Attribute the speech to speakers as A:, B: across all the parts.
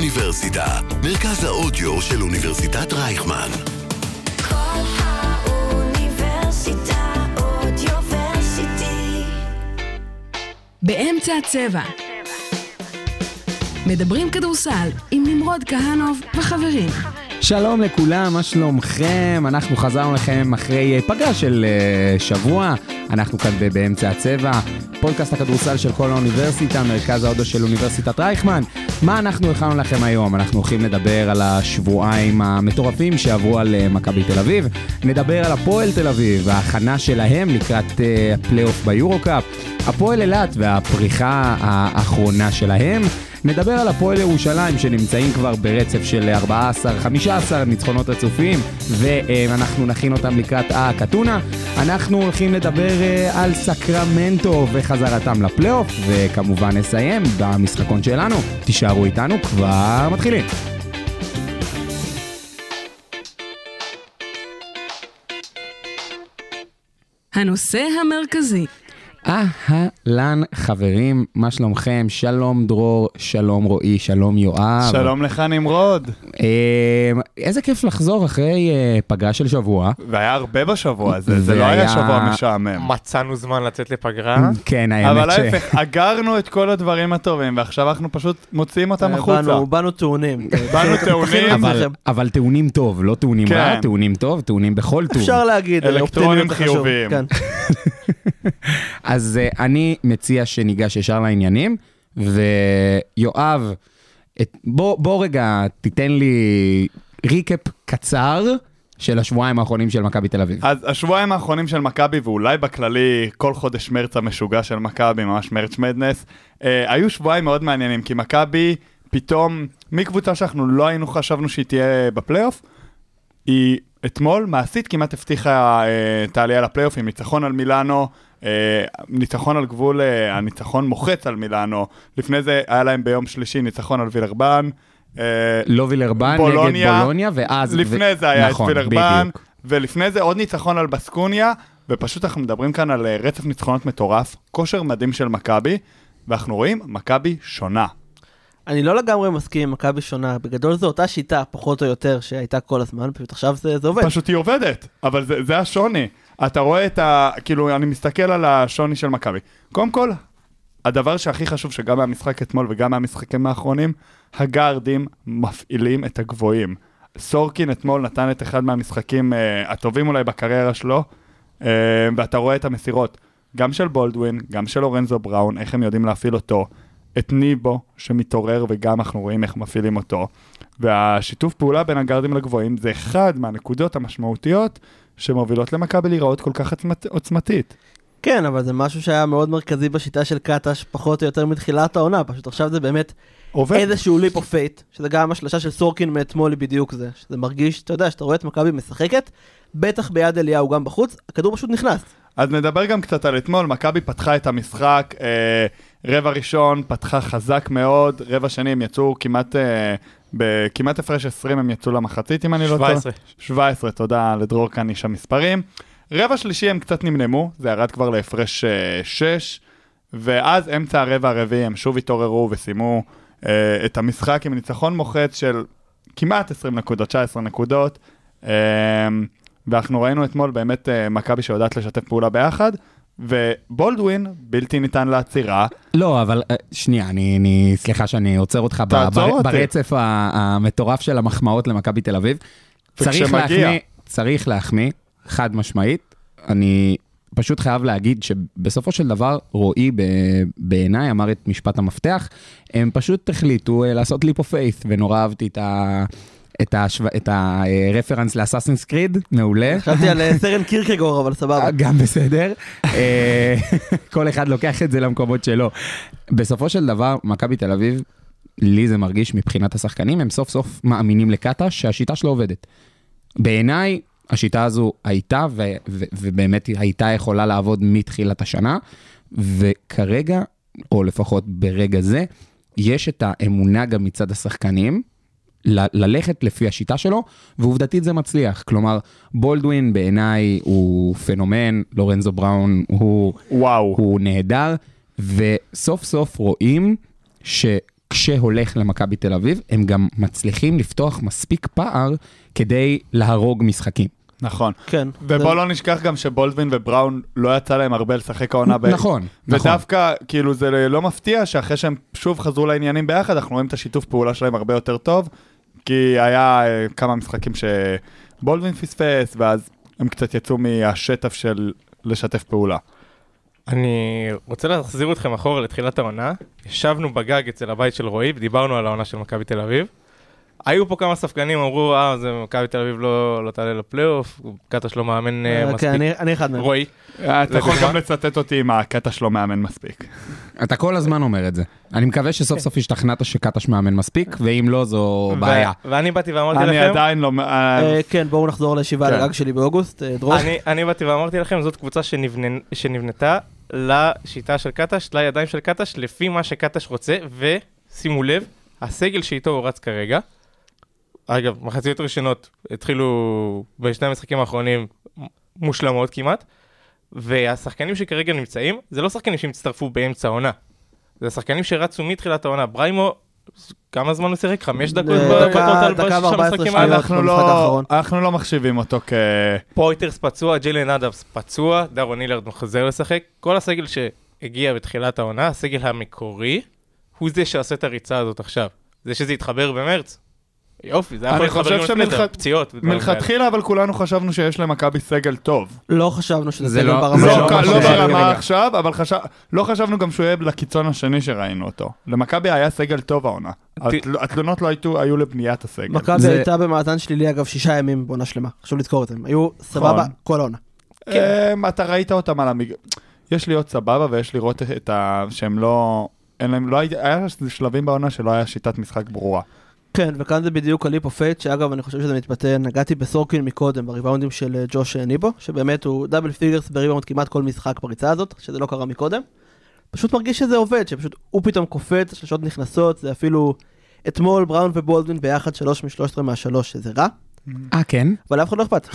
A: האוניברסיטה, מרכז האודיו של אוניברסיטת רייכמן.
B: כל האוניברסיטה אודיוורסיטי.
C: באמצע הצבע. מדברים כדורסל עם נמרוד כהנוב וחברים.
D: שלום לכולם, מה שלומכם? אנחנו חזרנו לכם אחרי אה, פגרה של אה, שבוע. אנחנו כאן ב- באמצע הצבע, פודקאסט הכדורסל של כל האוניברסיטה, מרכז ההודו של אוניברסיטת רייכמן. מה אנחנו הכנו לכם היום? אנחנו הולכים לדבר על השבועיים המטורפים שעברו על אה, מכבי תל אביב. נדבר על הפועל תל אביב, ההכנה שלהם לקראת אה, הפלייאוף ביורו-קאפ, הפועל אילת והפריחה האחרונה שלהם. נדבר על הפועל ירושלים שנמצאים כבר ברצף של 14-15 ניצחונות רצופים ואנחנו נכין אותם לקראת הקטונה. אנחנו הולכים לדבר אה, על סקרמנטו וחזרתם לפלייאוף וכמובן נסיים במשחקון שלנו. תישארו איתנו, כבר מתחילים.
C: הנושא המרכזי,
D: אהלן חברים, מה שלומכם? שלום דרור, שלום רועי, שלום יואב.
E: שלום לך נמרוד,
D: אה, איזה כיף לחזור אחרי אה, פגרה של שבוע.
E: והיה הרבה בשבוע הזה, זה לא
D: והיה-
E: היה שבוע משעמם.
F: מצאנו זמן לצאת לפגרה.
D: כן, האמת
E: אה? אבל
D: ש...
E: ההפך, אגרנו את כל הדברים הטובים, ועכשיו אנחנו פשוט מוציאים אותם החוצה.
G: אה, באנו, באנו טעונים.
E: באנו טעונים,
D: אבל, אבל טעונים טוב, לא טעונים
E: כן.
D: רע, טעונים טוב, טעונים בכל טוב.
G: אפשר להגיד,
E: אלקטרונים
G: אופטימיות זה חשוב.
E: חיוביים.
G: כן.
D: אז uh, אני מציע שניגש ישר לעניינים, ויואב, את... בוא, בוא רגע תיתן לי ריקאפ קצר של השבועיים האחרונים של מכבי תל אביב.
E: אז השבועיים האחרונים של מכבי, ואולי בכללי כל חודש מרץ המשוגע של מכבי, ממש מרץ' מדנס, אה, היו שבועיים מאוד מעניינים, כי מכבי פתאום, מקבוצה שאנחנו לא היינו חשבנו שהיא תהיה בפלייאוף, היא אתמול מעשית כמעט הבטיחה אה, את העלייה לפלייאוף עם ניצחון על מילאנו, אה, ניצחון על גבול, אה, הניצחון מוחץ על מילאנו, לפני זה היה להם ביום שלישי ניצחון על וילרבן. אה,
D: לא וילרבן נגד
E: בולוניה.
D: בולוניה, ואז...
E: לפני זה היה
D: נכון,
E: את פילרבן,
D: בדיוק.
E: ולפני זה עוד ניצחון על בסקוניה, ופשוט אנחנו מדברים כאן על אה, רצף ניצחונות מטורף, כושר מדהים של מכבי, ואנחנו רואים מכבי שונה.
G: אני לא לגמרי מסכים עם מכבי שונה, בגדול זו אותה שיטה, פחות או יותר, שהייתה כל הזמן, פשוט עכשיו זה זה עובד.
E: פשוט היא עובדת, אבל זה, זה השוני. אתה רואה את ה... כאילו, אני מסתכל על השוני של מכבי. קודם כל, הדבר שהכי חשוב שגם מהמשחק אתמול וגם מהמשחקים האחרונים, הגארדים מפעילים את הגבוהים. סורקין אתמול נתן את אחד מהמשחקים אה, הטובים אולי בקריירה שלו, אה, ואתה רואה את המסירות, גם של בולדווין, גם של אורנזו בראון, איך הם יודעים להפעיל אותו, את ניבו שמתעורר וגם אנחנו רואים איך מפעילים אותו. והשיתוף פעולה בין הגארדים לגבוהים זה אחד מהנקודות המשמעותיות שמובילות למכבי להיראות כל כך עוצמת, עוצמתית.
G: כן, אבל זה משהו שהיה מאוד מרכזי בשיטה של קטש, פחות או יותר מתחילת העונה, פשוט עכשיו זה באמת
E: עובד.
G: איזשהו ליפ אוף פייט, שזה גם השלשה של סורקין מאתמול היא בדיוק זה, שזה מרגיש, אתה יודע, שאתה רואה את מכבי משחקת, בטח ביד אליהו גם בחוץ, הכדור פשוט נכנס.
E: אז נדבר גם קצת על אתמול, מכבי פתחה את המשחק, אה, רבע ראשון פתחה חזק מאוד, רבע שני הם יצאו כמעט, אה, בכמעט הפרש 20 הם יצאו למחצית אם אני לא טועה.
F: 17.
E: 17, תודה לדרור כאן איש המספרים. רבע שלישי הם קצת נמנמו, זה ירד כבר להפרש 6, ואז אמצע הרבע הרביעי הם שוב התעוררו וסיימו אה, את המשחק עם ניצחון מוחץ של כמעט 20 נקודות, 19 נקודות. אה, ואנחנו ראינו אתמול באמת אה, מכבי שיודעת לשתף פעולה ביחד, ובולדווין בלתי ניתן לעצירה.
D: לא, אבל אה, שנייה, אני, אני, סליחה שאני עוצר אותך ב, ב,
E: תעצור אותי.
D: ברצף ה- המטורף של המחמאות למכבי תל אביב. צריך
E: וכשמגיע.
D: להחמיא, צריך להחמיא, חד משמעית. אני פשוט חייב להגיד שבסופו של דבר, רועי ב- בעיניי אמר את משפט המפתח, הם פשוט החליטו אה, לעשות ליפ אוף פייס, ונורא אהבתי את ה... את, השו... את אה, הרפרנס לאסאסינס קריד, מעולה.
G: חשבתי על אה, סרן קירקגור, אבל סבבה.
D: גם בסדר. אה, כל אחד לוקח את זה למקומות שלו. בסופו של דבר, מכבי תל אביב, לי זה מרגיש מבחינת השחקנים, הם סוף סוף מאמינים לקטש שהשיטה שלו עובדת. בעיניי, השיטה הזו הייתה, ו- ו- ובאמת היא הייתה יכולה לעבוד מתחילת השנה, וכרגע, או לפחות ברגע זה, יש את האמונה גם מצד השחקנים, ל- ללכת לפי השיטה שלו, ועובדתית זה מצליח. כלומר, בולדווין בעיניי הוא פנומן, לורנזו בראון הוא,
E: וואו.
D: הוא נהדר, וסוף סוף רואים שכשהוא כשהולך למכבי תל אביב, הם גם מצליחים לפתוח מספיק פער כדי להרוג משחקים.
E: נכון.
G: כן.
E: ובוא
G: זה-
E: לא נשכח גם שבולדווין ובראון לא יצא להם הרבה לשחק העונה ב...
D: נכון, נכון.
E: ודווקא, כאילו, זה לא מפתיע שאחרי שהם שוב חזרו לעניינים ביחד, אנחנו רואים את השיתוף פעולה שלהם הרבה יותר טוב, כי היה אה, כמה משחקים שבולדווין פספס, ואז הם קצת יצאו מהשטף של לשתף פעולה.
F: אני רוצה להחזיר אתכם אחורה לתחילת העונה. ישבנו בגג אצל הבית של רועי ודיברנו על העונה של מכבי תל אביב. היו פה כמה ספקנים, אמרו, אה, זה מכבי תל אביב לא, לא תעלה לפלייאוף, קטש לא מאמן אה,
G: אה, כן,
F: מספיק.
G: אני- אני אחד מהם.
F: רועי,
E: אה, אתה יכול
F: לדוגמה?
E: גם לצטט אותי עם הקטע שלו מאמן מספיק.
D: אתה כל הזמן אומר את זה. אני מקווה שסוף סוף השתכנעת שקטש מאמן מספיק, ואם לא, זו בעיה.
F: ו- ואני באתי ואמרתי
E: אני
F: לכם,
E: עדיין לא... אה,
G: אה, כן, בואו נחזור לישיבה על
E: כן.
G: הגג שלי באוגוסט, אה, דרור.
F: אני, אני באתי ואמרתי לכם, זאת קבוצה שנבנ... שנבנתה לשיטה של קטש, לידיים של קטש, לפי מה שקטש רוצה, ושימו לב, הסגל שאיתו הוא רץ כרגע. אגב, מחציות ראשונות התחילו בשני המשחקים האחרונים מושלמות כמעט, והשחקנים שכרגע נמצאים, זה לא שחקנים שהצטרפו באמצע העונה. זה שחקנים שרצו מתחילת העונה. בריימו, כמה זמן הוא שיחק? חמש דקות
G: אה,
F: ב-
G: דקה-
F: בטוטל
G: דקה
F: בשישה
G: ו-14
F: משחקים
G: שניות.
F: האלה?
E: אנחנו
G: במשחק
E: לא,
G: האחרון.
E: אנחנו לא מחשיבים אותו כ...
F: פויטרס פצוע, ג'יילן אדאמס פצוע, דארון הילארד חוזר לשחק. כל הסגל שהגיע בתחילת העונה, הסגל המקורי, הוא זה שעושה את הריצה הזאת עכשיו. זה שזה יתחבר במרץ, יופי, זה היה יכול
E: אני
F: להתחבר
E: חושב
F: גם לפני
E: שמלכת-
F: זה, פציעות. ודברים כאלה.
E: מלכתחילה אבל כולנו חשבנו שיש למכבי סגל טוב.
G: לא חשבנו שזה
D: זה
G: סגל
D: לא-
G: ברמה
D: זה
E: לא
G: הזאת.
E: ק-
D: מה
E: לא
D: ש- רגע.
E: ברמה עכשיו, אבל חשב- לא חשבנו גם שהוא יהיה לקיצון השני שראינו אותו. למכבי היה סגל טוב העונה. התל- התלונות לא היו- היו לבניית הסגל.
G: מכבי
D: זה-
G: הייתה במאזן שלילי אגב שישה ימים בעונה שלמה, חשוב לזכור את זה, הם היו סבבה
E: נכון.
G: כל העונה. כן.
E: אמ, אתה ראית אותם על המג... יש להיות סבבה ויש לראות את ה... שהם לא... אין להם... לא הייתי- היה שלבים בעונה שלא היה שיטת משחק ברורה.
G: כן, וכאן זה בדיוק הליפ אוף פייט, שאגב, אני חושב שזה מתבטא, נגעתי בסורקין מקודם, בריבאונדים של אה, ג'וש אה, ניבו, שבאמת הוא דאבל פיגרס בריבאונד כמעט כל משחק בריצה הזאת, שזה לא קרה מקודם. פשוט מרגיש שזה עובד, שפשוט הוא פתאום קופץ, השלשות נכנסות, זה אפילו אתמול בראון ובולדווין ביחד שלוש משלוש עשרה מהשלוש, שזה רע,
D: אה, כן?
G: אבל לאף אחד לא אכפת.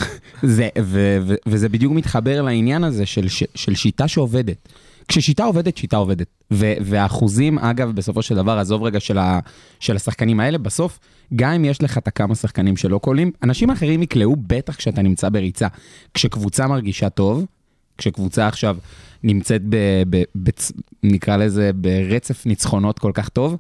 D: זה, ו, ו, וזה בדיוק מתחבר לעניין הזה של, ש, של שיטה שעובדת. כששיטה עובדת, שיטה עובדת. ו, והאחוזים, אגב, בסופו של דבר, עזוב רגע של, ה, של השחקנים האלה, בסוף, גם אם יש לך את הכמה שחקנים שלא קולים, אנשים אחרים יקלעו בטח כשאתה נמצא בריצה. כשקבוצה מרגישה טוב, כשקבוצה עכשיו נמצאת, ב, ב, ב, נקרא לזה, ברצף ניצחונות כל כך טוב,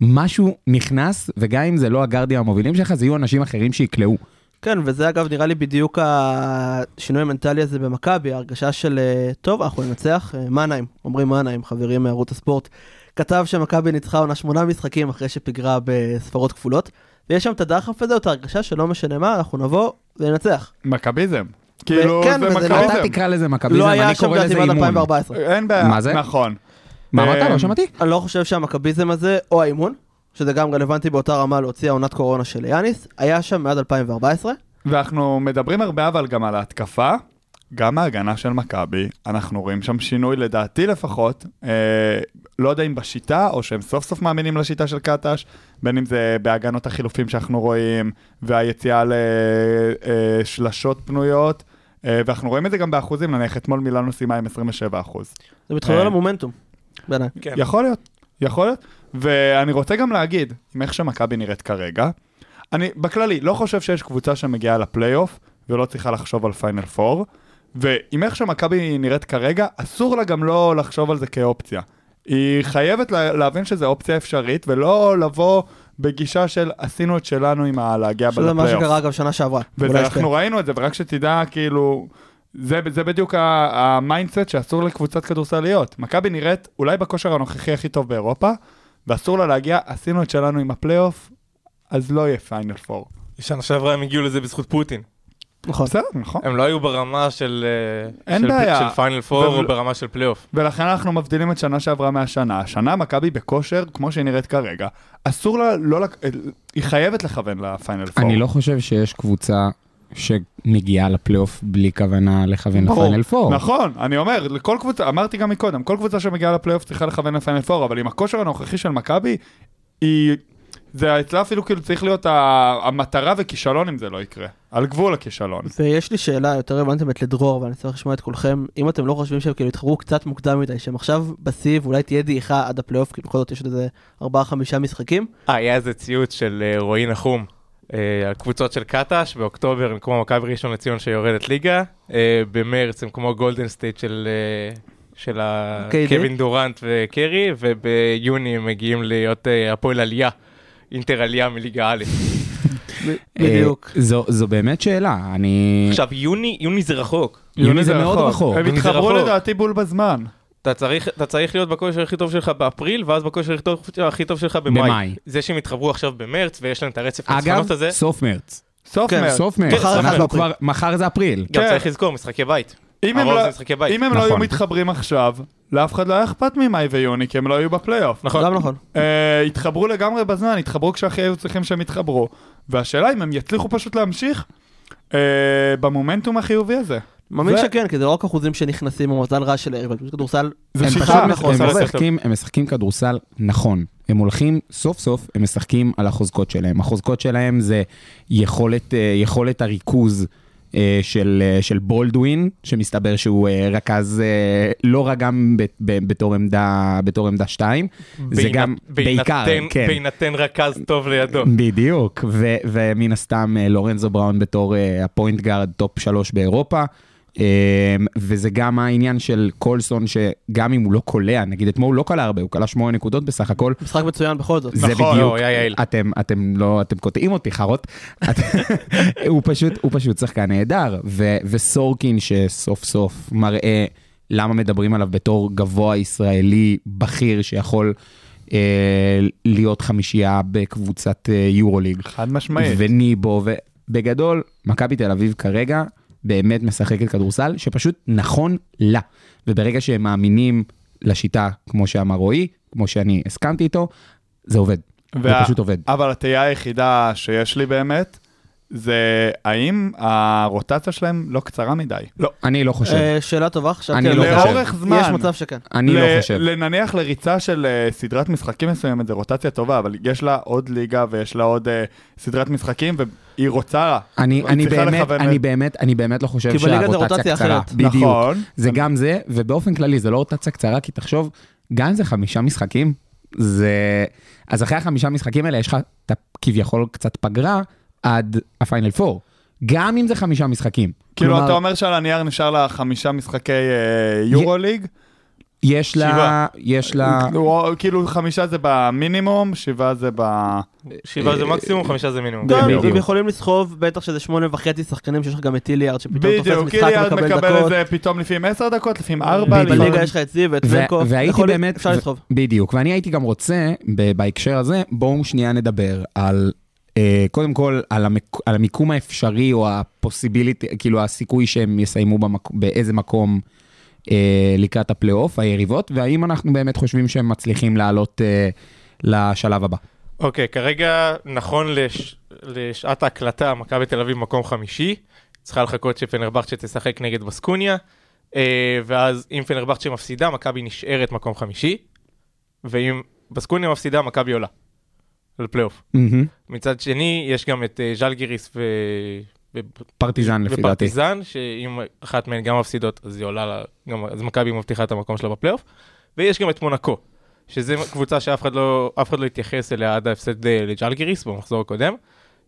D: משהו נכנס, וגם אם זה לא הגרדים המובילים שלך, זה יהיו אנשים אחרים שיקלעו.
G: כן, וזה אגב נראה לי בדיוק השינוי המנטלי הזה במכבי, ההרגשה של אה, טוב, אנחנו ננצח, אה, מנהיים, עמרי מנהיים, חברי מערוץ הספורט, כתב שמכבי ניצחה עונה שמונה משחקים אחרי שפיגרה בספרות כפולות, ויש שם את הדחף הזה, או את ההרגשה שלא משנה מה, אנחנו נבוא וננצח.
E: מכביזם. כאילו,
G: כן,
E: זה
G: וזה לא-
E: מכביזם.
D: אתה תקרא לזה מכביזם,
G: לא היה
D: אני
G: שם
D: קורא לזה
G: דעתי עד
D: אימון.
G: 2014.
E: אין בעיה.
D: מה זה?
E: נכון.
D: מה אמרת?
E: אה,
D: לא שמעתי.
G: אני לא חושב שהמכביזם הזה, או האימון, שזה גם רלוונטי באותה רמה להוציא העונת קורונה של יאניס, היה שם עד 2014.
E: ואנחנו מדברים הרבה אבל גם על ההתקפה, גם ההגנה של מכבי, אנחנו רואים שם שינוי לדעתי לפחות, אה, לא יודע אם בשיטה או שהם סוף סוף מאמינים לשיטה של קטש, בין אם זה בהגנות החילופים שאנחנו רואים, והיציאה לשלשות פנויות, אה, ואנחנו רואים את זה גם באחוזים, נניח אתמול מילאנו סיימה עם 27 אחוז.
G: זה
E: אה.
D: כן.
G: מתחבר למומנטום. בעיניי.
F: כן.
E: יכול להיות, יכול להיות. ואני רוצה גם להגיד, עם איך שמכבי נראית כרגע, אני בכללי לא חושב שיש קבוצה שמגיעה לפלייאוף ולא צריכה לחשוב על פיינל פור, ועם איך שמכבי נראית כרגע, אסור לה גם לא לחשוב על זה כאופציה. היא חייבת לה, להבין שזו אופציה אפשרית, ולא לבוא בגישה של עשינו את שלנו עם ה- להגיע
G: שזה מה
E: לפלייאוף.
G: שקרה אגב שנה שעברה. אולי שתי.
E: ואנחנו ראינו את זה, ורק שתדע, כאילו, זה, זה בדיוק ה- המיינדסט שאסור לקבוצת כדורסל להיות. מכבי נראית אולי בכושר הנוכחי הכי טוב באירופה, ואסור לה להגיע, עשינו את שלנו עם הפלייאוף, אז לא יהיה פיינל פור.
F: שנה שעברה הם הגיעו לזה בזכות פוטין.
G: נכון.
E: בסדר, נכון.
F: הם לא היו ברמה של... אה,
E: אין
F: של-
E: בעיה.
F: של פיינל פור
E: ו-
F: או ברמה של פלייאוף.
E: ולכן אנחנו מבדילים את שנה שעברה מהשנה. השנה מכבי בכושר, כמו שהיא נראית כרגע, אסור לה, לא, לק- היא חייבת לכוון לפיינל פור.
D: אני לא חושב שיש קבוצה שמגיעה לפלייאוף בלי כוונה לכוון
E: ברור.
D: לפיינל פור.
E: נכון, אני אומר, לכל קבוצה, אמרתי גם מקודם, כל קבוצה שמגיעה לפלייאוף צריכה לכוון לפיינל פור, אבל עם הכושר הנוכחי של מכבי, היא זה אצלה אפילו כאילו צריך להיות ה- המטרה וכישלון אם זה לא יקרה. על גבול הכישלון.
G: ויש לי שאלה יותר רלוונטית באמת לדרור, ואני צריך לשמוע את כולכם. אם אתם לא חושבים שהם כאילו התחברו קצת מוקדם מדי, שהם עכשיו בסיב, אולי תהיה דעיכה עד הפלייאוף, כי בכל זאת יש עוד איזה 4-5 משחקים.
F: אה, היה איזה ציוץ של אה, רועי נחום אה, על קבוצות של קטש, באוקטובר הם כמו מכבי ראשון לציון שיורדת ליגה, אה, במרץ הם כמו גולדן סטייט של... אה, של ה-
G: KD.
F: קווין דורנט וקרי, וביוני הם מגיעים להיות אה, הפועל עלייה, אינטר עלייה מליגה א'.
G: בדיוק.
D: אה, זו- זו באמת שאלה, אני...
F: עכשיו, יוני, יוני זה רחוק.
D: יוני זה מאוד רחוק.
E: הם
F: יוני זה
E: התחברו
F: רחוק.
E: לדעתי בול בזמן.
F: אתה צריך, אתה צריך להיות בכושר הכי טוב שלך באפריל, ואז בכושר הכי טוב- הכי טוב שלך במאי.
D: במאי.
F: זה שהם התחברו עכשיו במרץ, ויש להם את הרצף
D: אגב,
F: הניצחונות הזה,
D: סוף מרץ.
E: סוף
G: כן,
E: מרץ.
D: סוף מרץ.
G: מחר אחד
D: אנחנו
G: באפריל.
D: כבר- מחר זה אפריל.
F: גם
E: כן.
F: צריך לזכור, משחקי בית.
E: אם הם
F: הרוב
E: לא-
F: זה משחקי בית.
E: אם הם לא היו
D: נכון.
E: מתחברים עכשיו, לאף אחד לא היה אכפת ממאי ויוני, כי הם לא היו בפלייאוף.
F: נכון.
G: גם נכון.
E: אה, התחברו לגמרי בזמן, התחברו כשהכי היו צריכים שהם יתחברו. והשאלה אם הם יצליחו פשוט להמשיך אה, במומנטום החיובי הזה.
G: מאמין
E: זה-
G: שכן, כי זה לא רק אחוזים שנכנסים במזל רע של הערב, זה כדורסל
E: זה
D: הם
E: שיטה,
D: פשוט
E: אנחנו
D: הם
E: עושים
F: עושה
D: משחקים- הם משחקים כדורסל נכון. הם הולכים, סוף סוף הם משחקים על החוזקות שלהם. החוזקות שלהם זה יכולת, אה, יכולת הריכוז אה, של, אה, של בולדווין, שמסתבר שהוא אה, רכז אה, לא רק גם ב- ב- בתור עמדה בתור עמדה 2, זה גם
F: בהינתן-
D: בעיקר, כן.
F: בהינתן רכז טוב לידו.
D: בדיוק, ו- ומן הסתם אה, לורנזו בראון בתור אה, הפוינט גארד טופ שלוש באירופה. אה, וזה גם העניין של קולסון, שגם אם הוא לא קולע, נגיד אתמול הוא לא קלע הרבה, הוא קלע שמונה נקודות בסך הכל,
G: משחק מצוין בכל זאת.
D: זה
E: נכון,
D: בדיוק,
F: לא, היה יעיל.
D: אתם, אתם לא, אתם קוטעים אותי חרות, את- הוא פשוט, הוא פשוט שחקן נהדר, ו, וסורקין שסוף סוף מראה למה מדברים עליו בתור גבוה ישראלי בכיר שיכול אה, להיות חמישייה בקבוצת אה, יורוליג,
E: חד משמעית.
D: וניבו, ובגדול, מכבי תל אביב כרגע באמת משחקת כדורסל שפשוט נכון לה. וברגע שהם מאמינים לשיטה, כמו שאמר רועי, כמו שאני הסכמתי איתו, זה עובד. זה
E: וה-
D: פשוט עובד.
E: אבל התהייה היחידה שיש לי באמת, זה האם הרוטציה שלהם לא קצרה מדי. לא.
D: אני לא חושב.
G: אה, שאלה טובה, חשבתי
D: אני
G: על
D: לא
G: זה.
D: חושב.
E: לאורך זמן.
G: יש מצב שכן.
D: אני לא
E: ל-
D: חושב.
E: לנניח לריצה של אה, סדרת משחקים מסוימת, זה רוטציה טובה, אבל יש לה עוד ליגה ויש לה עוד אה, סדרת משחקים, והיא רוצה...
D: אני,
E: היא
D: אני,
E: צריכה
D: באמת,
E: לכוון
D: אני
E: את-
D: באמת, אני באמת לא חושב
G: כי בליגה זה רוטציה
D: שהרוטציה קצרה.
G: אחרת.
D: בדיוק.
E: נכון.
D: זה גם זה, ובאופן כללי זה לא רוטציה קצרה, כי תחשוב, גם אם זה חמישה משחקים, זה... אז אחרי החמישה משחקים האלה יש לך את ה- כביכול קצת פגרה עד הפיינל 4. גם אם זה חמישה משחקים.
E: כאילו,
D: כלומר,
E: אתה אומר שעל הנייר נשאר לה חמישה משחקי אה, יורוליג,
D: יש לה...
E: שבעה.
D: יש לה...
E: או- כאילו חמישה זה במינימום, שבעה זה ב...
F: שבעה זה מקסימום, חמישה זה מינימום.
G: גם
D: בדיוק.
G: הם יכולים לסחוב, בטח שזה שמונה וחצי שחקנים שיש לך גם את טיליארד, שפתאום תופס
E: בדיוק,
G: משחק
E: קיליארד
G: ומקבל
E: מקבל
G: דקות.
E: איזה פתאום לפעמים 10 דקות, לפעמים 4,
D: בדיוק.
E: לפעמים...
G: בליגה יש לך את זיו ואת
D: ו-
G: מנקו,
D: והייתי
G: יכול-
D: באמת,
G: אפשר
D: ו-
G: לסחוב.
D: בדיוק, ואני הייתי גם רוצה, ב- בהקשר הזה, בואו שנייה נדבר על, אה, קודם כל, על, המק, על המיקום האפשרי או הפוסיביליטי, כאילו הסיכוי שהם יסיימו במק, באיזה מקום אה, לקראת הפלייאוף, היריבות, והאם אנחנו באמת חושבים שהם מצליחים לעלות אה, לשלב הבא.
F: אוקיי, כרגע, נכון לש- לשעת ההקלטה, מכבי תל אביב מקום חמישי. צריכה לחכות שפנרבכצ'ה תשחק נגד בסקוניה, אה, ואז אם פנרבכצ'ה מפסידה, מכבי נשארת מקום חמישי, ואם בסקוניה מפסידה, מכבי עולה. לפלייאוף. מצד שני, יש גם את אה, ז'לגיריס ו... ו-
D: פרטיזן לפי דעתי.
F: ופרטיזן, שאם אחת מהן גם מפסידות, אז היא עולה, ל- גם, אז מכבי מבטיחה את המקום שלה בפלייאוף. ויש גם את מונקו, שזו קבוצה שאף אחד לא, אף אחד לא התייחס אליה עד ההפסד אה, לג'לגיריס במחזור הקודם,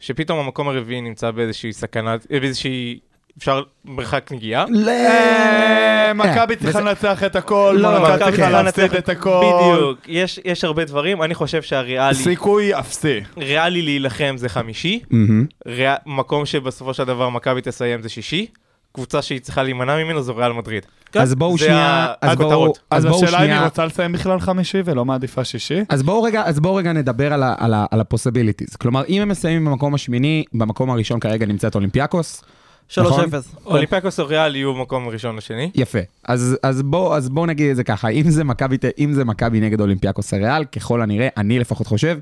F: שפתאום המקום הרביעי נמצא באיזושהי סכנה, אה, באיזושהי, אפשר מרחק נגיעה.
D: ל-
E: אה, מכבי
D: אה,
E: צריכה
D: וזה-
E: לנצח את הכל,
D: לא,
E: מונקה
D: מכבי
E: צריכה
D: צריכה
E: להפסיד את
D: לא.
E: הכל.
F: בדיוק, יש, יש הרבה דברים, אני חושב שהריאלי,
E: סיכוי אפסי.
F: ריאלי להילחם זה חמישי,
D: מהמם.
F: ריאל, מקום שבסופו של דבר מכבי תסיים זה שישי, קבוצה שהיא צריכה להימנע ממנו זו ריאל מדריד.
D: אז בואו
F: כן? זה
D: שנייה,
F: ה-
D: אז בואו
F: הכותרות.
E: אז
D: אז בואו
E: השאלה אם היא
D: שנייה,
E: רוצה לסיים בכלל חמישי ולא מעדיפה שישי?
D: אז בואו רגע, אז בואו רגע נדבר על, ה- על, ה- על הפוסיביליטיז. כלומר, אם הם מסיימים במקום השמיני, במקום הראשון כרגע נמצאת אולימפיאקוס.
G: 3-0.
E: נכון.
F: אולימפיאקוס או ריאל יהיו מקום ראשון לשני.
D: יפה. אז, אז בואו בוא נגיד את זה ככה, אם זה מכבי ת- אם זה מכבי נגד אולימפיאקוס הריאל, ככל הנראה, אני לפחות חושב,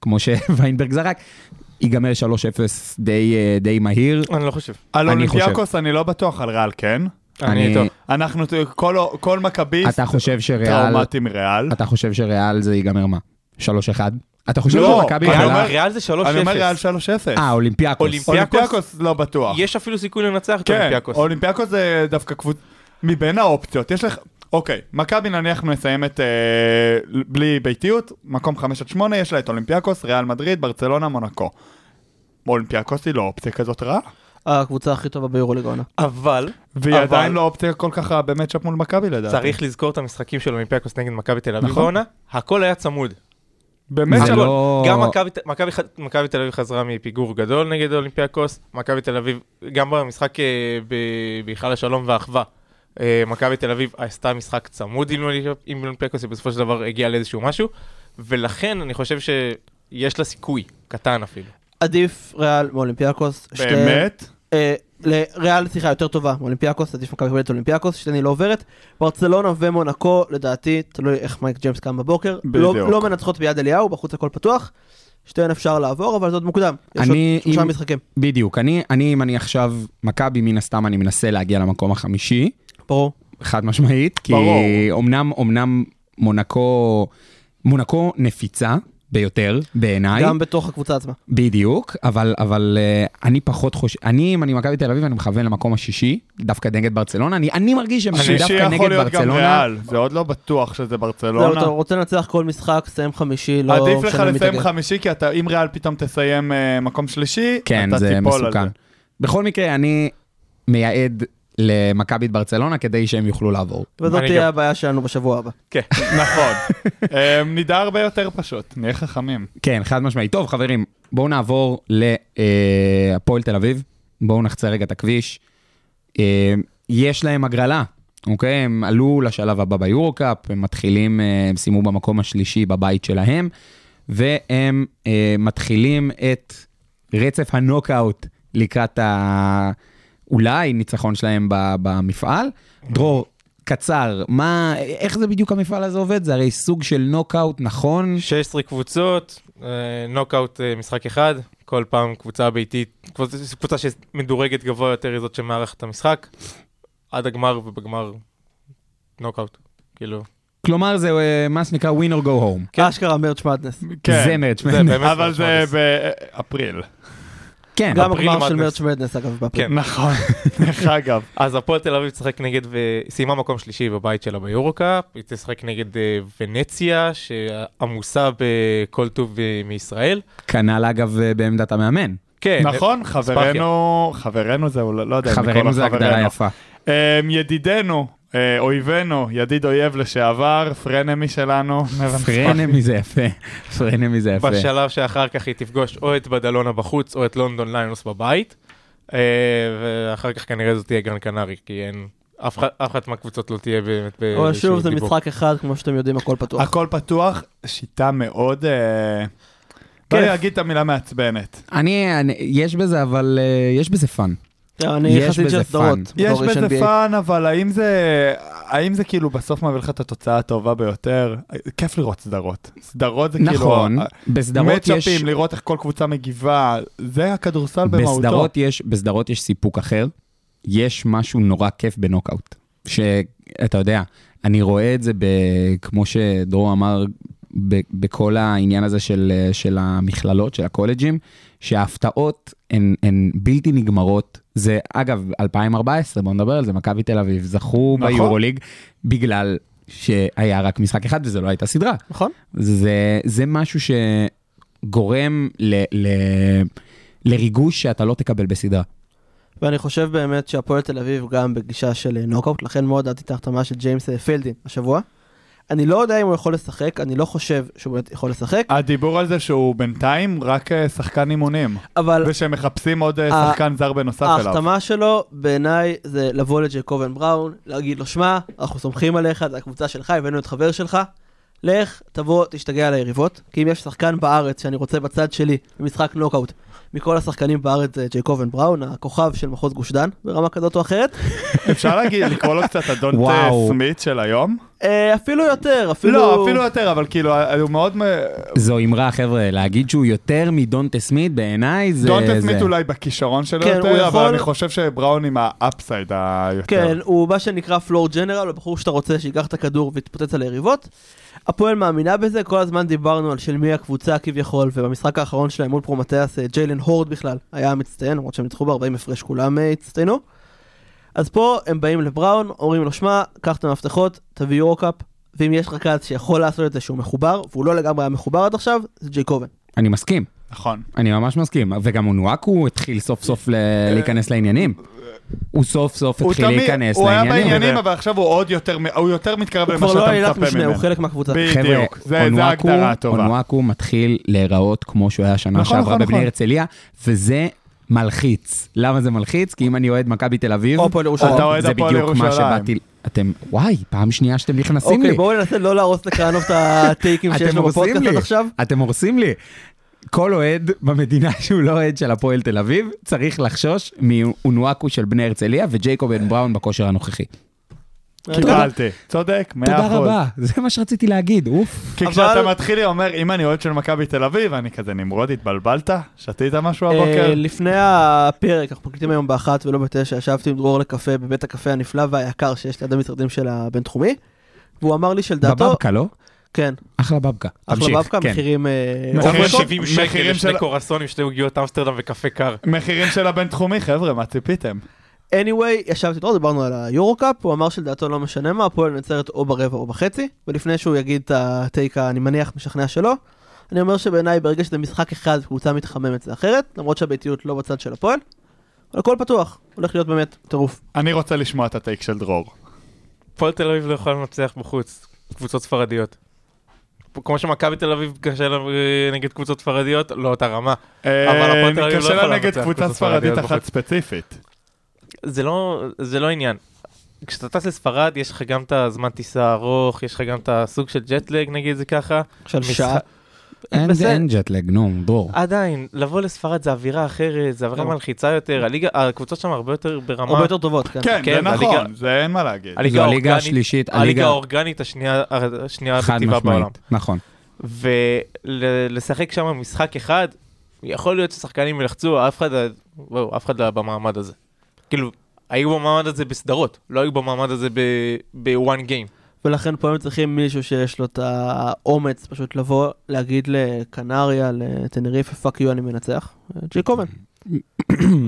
D: כמו שוויינברג זרק, ייגמר 3-0 די, אה, די מהיר.
F: אני לא חושב.
E: על
D: אני
E: אולימפיאקוס אני לא בטוח, על ריאל כן.
F: אני איתו.
E: אנחנו, כל- כל מכביסט
D: אתה חושב שריאל,
E: טראומטי מריאל.
D: אתה חושב שריאל זה ייגמר מה? 3-1? אתה חושב
E: לא,
D: שמכבי
E: אני
D: יכולה...
E: אומר-
F: ריאל זה 3-0.
E: אני אומר ריאל 3-0.
D: אה, אולימפיאקוס.
F: אולימפ-
E: אולימפיאקוס לא בטוח.
F: יש אפילו סיכוי לנצח את
E: כן,
F: אולימפיאקוס.
E: אולימפיאקוס זה דווקא קבוצ... מבין האופציות, יש לך... אוקיי, מכבי נניח מסיימת אה, בלי ביתיות, מקום 5 עד 8, יש לה את אולימפיאקוס, ריאל מדריד, ברצלונה, מונקו. אולימפיאקוס היא לא אופציה כזאת רעה,
G: כן. הקבוצה הכי טובה ביורוליג העונה.
F: אבל
E: והיא
F: אבל-
E: עדיין לא אופציה כל כך רעה במצ'אפ מול מכבי לדעתי.
F: צריך לזכור את המשחקים של אולימפיאקוס נגד מכבי תל אביב
E: נכון.
F: בעונה, הכל היה צמוד.
E: באמת
D: זה
E: שלא.
D: לא-
F: גם מכבי ת- מכבי ח- מכבי תל אביב חזרה מפיגור גדול נגד אולימפיאקוס, מכבי תל אביב, גם במשחק אה, ב- בהיכל השלום והאחווה, אה, מכבי תל אביב עשתה משחק צמוד עם אולימפ- עם אולימפיאקוס, היא בסופו של דבר הגיעה לאיזשהו משהו, ולכן אני חושב שיש לה סיכוי, קטן אפילו.
G: עדיף ריאל מאולימפיאקוס. שתי-
E: באמת?
G: אה, לריאל שיחה יותר טובה מאולימפיאקוס, עדיף מכבי קבלת אולימפיאקוס, שתיני לא עוברת. ברצלונה ומונקו, לדעתי, תלוי איך מייק ג'יימס קם בבוקר, לא,
E: בדיוק.
G: לא מנצחות ביד אליהו, בחוץ הכל פתוח. שתיהן אפשר לעבור, אבל זה עוד מוקדם. יש
D: אני-
G: עוד שלושה
D: אם-
G: משחקים,
D: בדיוק. אני, אני, אם אני עכשיו מכבי, מן הסתם אני מנסה להגיע למקום החמישי,
G: ברור.
D: חד משמעית, כי
E: ברור.
D: אמנם, אמנם מונקו, מונקו נפיצה ביותר, בעיניי.
G: גם בתוך הקבוצה עצמה.
D: בדיוק, אבל, אבל uh, אני פחות חושב, אני, אם אני מכבי תל אביב, אני מכוון למקום השישי, דווקא נגד ברצלונה. אני, אני מרגיש שהם
E: שישי
D: דווקא
E: יכול
D: נגד
E: להיות גם
D: ברצלונה.
E: ריאל, זה עוד לא בטוח שזה
G: זהו,
E: ברצלונה.
G: אתה רוצה לנצח כל משחק, סיים חמישי, לא
E: לא עדיף לך
G: משנה מי
E: לסיים
G: תגיד.
E: חמישי, כי אתה- אם ריאל פתאום תסיים אה, מקום שלישי,
D: כן,
E: אתה
D: זה
E: תיפול על
D: מסוכן.
E: זה.
D: בכל מקרה, אני מייעד למכבי ברצלונה כדי שהם יוכלו לעבור.
G: וזאת
F: אני גם-
G: תהיה הבעיה שלנו בשבוע הבא.
F: כן.
E: נכון. אה, נדע הרבה יותר פשוט, נהיה חכמים.
D: כן, חד משמעית. טוב, חברים, בואו נעבור להפועל תל אביב. בואו נחצה רגע את הכביש. אה, יש להם הגרלה, אוקיי? הם עלו לשלב הבא ביורו-קאפ, הם מתחילים, אה, הם סיימו במקום השלישי בבית שלהם, והם אה, מתחילים את רצף הנוקאוט לקראת ה... אולי ניצחון שלהם ב- במפעל. דרור, קצר, מה, איך זה בדיוק המפעל הזה עובד? זה הרי סוג של נוקאוט, נכון?
F: 16 קבוצות, אה, נוקאוט אה, משחק אחד, כל פעם קבוצה ביתית, קבוצ- קבוצה שמדורגת גבוה יותר היא זאת שמארחת את המשחק, עד הגמר ובגמר נוקאוט, כאילו.
D: כלומר זה אה, מה שנקרא win or go home.
G: אשכרה מרץ' מדנס.
E: כן.
D: זה מרץ'
F: זה באמת
E: אבל
F: מאוד
E: זה
F: מדהים.
E: באפריל.
D: כן,
G: גם
F: אפריל
G: הגמר של
F: מדנס.
G: מרץ' מדנס, אגב, באפריל.
F: כן.
E: נכון, דרך אגב.
F: אז הפועל תל אביב תשחק נגד, וסיימה מקום שלישי בבית שלה ביורוקאפ, היא תשחק נגד אה, ונציה, שעמוסה בכל טוב אה, מישראל.
D: כנ"ל אגב אה, בעמדת המאמן.
F: כן,
E: נכון, חברנו, חברנו זה, אולי- לא יודע, אם לקרוא לו
D: חברנו זה הגדרה
E: חברנו.
D: יפה.
E: אמ, ידידנו, אה, אויבינו, ידיד אויב לשעבר, פרנמי שלנו. נבן
D: פרנמי זה יפה. פרנמי זה יפה.
F: בשלב שאחר כך היא תפגוש או את בדלונה בחוץ או את לונדון ליונוס בבית. אה, ואחר כך כנראה זאת תהיה גרן קנרי, כי אין, אף אחד- אף אחת מהקבוצות לא תהיה באמת
G: אבל
F: באיזשהו
G: שוב, זה
F: דיבור.
G: משחק אחד, כמו שאתם יודעים, הכל
E: ספאחי.
G: פתוח.
E: הכל פתוח, שיטה מאוד... אה, לא
G: כיף.
E: להגיד את המילה מעצבנת.
D: אני, אני- יש בזה אבל, אה, יש בזה פאן.
G: אני
D: יש
G: חסיד
D: בזה
G: של
D: פאן.
G: סדרות.
E: יש
G: בתור איש
E: בזה
G: NBA.
E: פאן, אבל האם זה... האם זה כאילו בסוף מביא לך את התוצאה הטובה ביותר? כיף לראות סדרות. סדרות זה כאילו...
D: נכון, בסדרות יש...
E: מצ'אפים, לראות איך כל קבוצה מגיבה, זה הכדורסל במהותו.
D: בסדרות יש, בסדרות יש סיפוק אחר, יש משהו נורא כיף בנוקאוט. שאתה יודע, אני רואה את זה, ב, כמו שדרור אמר, ב, בכל העניין הזה של, אה, של המכללות, של הקולג'ים, שההפתעות הן, הן בלתי נגמרות. זה, אגב, 2014, בואו נדבר על זה, מכבי תל אביב זכו
E: נכון.
D: נכון. ביורוליג בגלל שהיה רק משחק אחד וזו לא הייתה סדרה.
G: נכון.
D: זה, זה משהו שגורם ל, ל, לריגוש שאתה לא תקבל בסדרה.
G: ואני חושב באמת שהפועל תל אביב גם בגישה של אה, נוקאוט, לכן מאוד אהבתי את ההחתמה של ג'יימס אה, פילדין השבוע. אני לא יודע אם הוא יכול לשחק, אני לא חושב שהוא באמת יכול לשחק,
E: אה, הדיבור על זה שהוא בינתיים רק אה, שחקן אימונים,
G: אבל
E: ושמחפשים עוד אה,
G: ה-
E: שחקן זר בנוסף אליו.
G: ההחתמה שלו בעיניי זה לבוא לג'קובן בראון, להגיד לו, שמע, אנחנו סומכים עליך, זה הקבוצה שלך, הבאנו את חבר שלך, לך, תבוא, תשתגע על היריבות, כי אם יש שחקן בארץ שאני רוצה בצד שלי במשחק נוקאוט, מכל השחקנים בארץ זה ג'קובן בראון, הכוכב של מחוז גוש דן, ברמה כזאת או אחרת,
E: אפשר להגיד, לקרוא לו קצת אדון
D: וואו.
E: אה, סמית של היום?
G: אה, אפילו יותר, אפילו...
E: לא, אפילו יותר, אבל כאילו, הוא מאוד... מ-
D: זו אמרה, חבר'ה, להגיד שהוא יותר מדונטה סמית, בעיניי זה...
E: דונטה
D: זה-
E: סמית אולי בכישרון שלו
G: כן, הוא
E: יותר, אבל
G: יכול-
E: אני חושב שבראון עם האפסייד היותר.
G: כן, הוא מה שנקרא פלור ג'נרל, הבחור שאתה רוצה שייקח את הכדור ויתפוצץ על היריבות. הפועל מאמינה בזה, כל הזמן דיברנו על של מי הקבוצה כביכול, ובמשחק האחרון שלהם מול פרומטאס, אה, ג'יילן הורד בכלל היה המצטיין, למרות שהם ניצחו ב-40 הפרש, כולם אה, הצטיינו. אז פה הם באים לבראון, אומרים לו, שמע, קח את המפתחות, תביא יורוקאפ, ואם יש רכז שיכול לעשות את זה שהוא מחובר, והוא לא לגמרי היה מחובר עד עכשיו, זה ג'ייקובן.
D: אני מסכים,
E: נכון.
D: אני ממש מסכים. וגם אונואקו התחיל סוף סוף ל- להיכנס לעניינים. הוא סוף סוף
E: הוא
D: התחיל
E: תמיד-
D: להיכנס
E: הוא היה
D: לעניינים.
E: בעניינים, אבל עכשיו הוא עוד יותר, מ- הוא יותר מתקרב
G: הוא
E: למה
G: כבר לא
E: שאתה
G: עלילת
E: מצפה
G: משנה,
E: ממנו.
G: הוא חלק מהקבוצה.
D: חבר'ה,
E: בדיוק, זה זה
D: אונואקו-
E: ההגדרה הטובה.
D: אונואקו מתחיל להיראות כמו שהוא היה שנה
E: נכון,
D: שעברה
E: נכון,
D: בבני
E: נכון.
D: הרצליה, וזה מלחיץ. למה זה מלחיץ? כי אם אני אוהד מכבי תל אביב,
G: או הפועל ירושלים.
E: אתה אוהד
D: זה
E: הפועל
D: בדיוק מה
E: ירושלים.
D: שבאתי... אתם, וואי, פעם שנייה שאתם נכנסים
G: אוקיי,
D: לי.
G: בואו ננסה לא להרוס לקרנוב את הטייקים שיש
D: אתם
G: לו
D: הורסים
G: בפודקאסט עד
D: לי,
G: עכשיו.
D: אתם הורסים לי. כל אוהד במדינה שהוא לא אוהד של הפועל תל אביב, צריך לחשוש מאונואקו של בני הרצליה וג'ייקובן בראון בכושר הנוכחי.
E: קיבלתי. צודק, מאה אחוז.
D: תודה רבה, זה מה שרציתי להגיד, אוף.
E: כי
G: אבל-
E: כשאתה מתחיל, אומר, אם אני אוהד של מכבי תל אביב, אני כזה נמרוד, התבלבלת? שתית משהו
G: אה,
E: הבוקר?
G: לפני הפרק, אנחנו מקליטים היום באחת ולא בתשע, ישבתי עם דרור לקפה בבית הקפה הנפלא והיקר שיש ליד המשרדים של הבינתחומי, והוא אמר לי שלדעתו,
D: בבבקה, לא?
G: כן,
D: אחלה בבקה.
G: אחלה
D: תמשיך,
G: בבקה,
D: כן.
G: מחירים... אה,
E: נכון.
F: עובר
E: מחירים
F: 70
E: של-
F: שקל
E: מחירים
F: לשני
E: של-
F: קורסונים, שתי עוגיות אמסטרדם וקפה קר.
E: מחירים של הבינתחומי, חבר'ה, מה ציפיתם?
G: anyway, ישבתי איתו, דיברנו על היורו-קאפ, הוא אמר שלדעתו לא משנה מה, הפועל נצרת או ברבע או בחצי, ולפני שהוא יגיד את הטייק, אני מניח, משכנע שלו, אני אומר שבעיניי ברגע שזה משחק אחד, קבוצה מתחממת זה אחרת, למרות שהביתיות לא בצד של הפועל, אבל הכל פתוח, הולך להיות באמת טירוף.
E: אני רוצה לשמוע את הטייק של דרור.
F: הפועל תל אביב לא יכולה לנצח בחוץ, קבוצות ספרדיות. כמו שמכבי תל אביב קשה לה אה, נגד קבוצות ספרדיות, לא אותה רמה. אבל הפועל תל אביב לא
E: קשה לה
F: יכולה
E: אה, נגד קבוצה
F: לנצח קבוצות
E: ספרדית
F: ספרדיות
E: אחת
F: בחוץ.
E: ספציפית.
F: זה לא, זה לא עניין. כשאתה טס לספרד, יש לך גם את הזמן טיסה ארוך, יש לך גם את הסוג של ג'טלג, נגיד זה ככה.
G: של
F: משחק-
G: שעה.
D: אין
F: בסדר. אה,
D: אין ג'טלג, נו, דרור.
F: עדיין, לבוא לספרד זה אווירה אחרת, זה אווירה
D: כן.
G: ברור.
F: מלחיצה יותר, הליגה, הקבוצות שם הרבה יותר ברמה...
G: הרבה יותר טובות, כן.
E: כן, זה
F: כן, הליגה-
E: נכון, זה אין מה להגיד.
D: זו הליגה
F: האורגנית-
D: השלישית,
F: הליגה
D: הליגה
F: האורגנית השנייה השנייה
D: חד
F: בטבעה בעולם.
D: משמעית. נכון.
F: ולשחק שם משחק אחד, יכול להיות ששחקנים ילחצו, אף אחד, בואו, אף אחד לא היה במעמד הזה. כאילו, היו במעמד הזה בסדרות, לא היו במעמד הזה ב-one game.
G: ולכן פה הם צריכים מישהו שיש לו את האומץ פשוט לבוא, להגיד לקנריה, לטנריפה, פאק יו, אני מנצח. ג'יקובן.
D: אני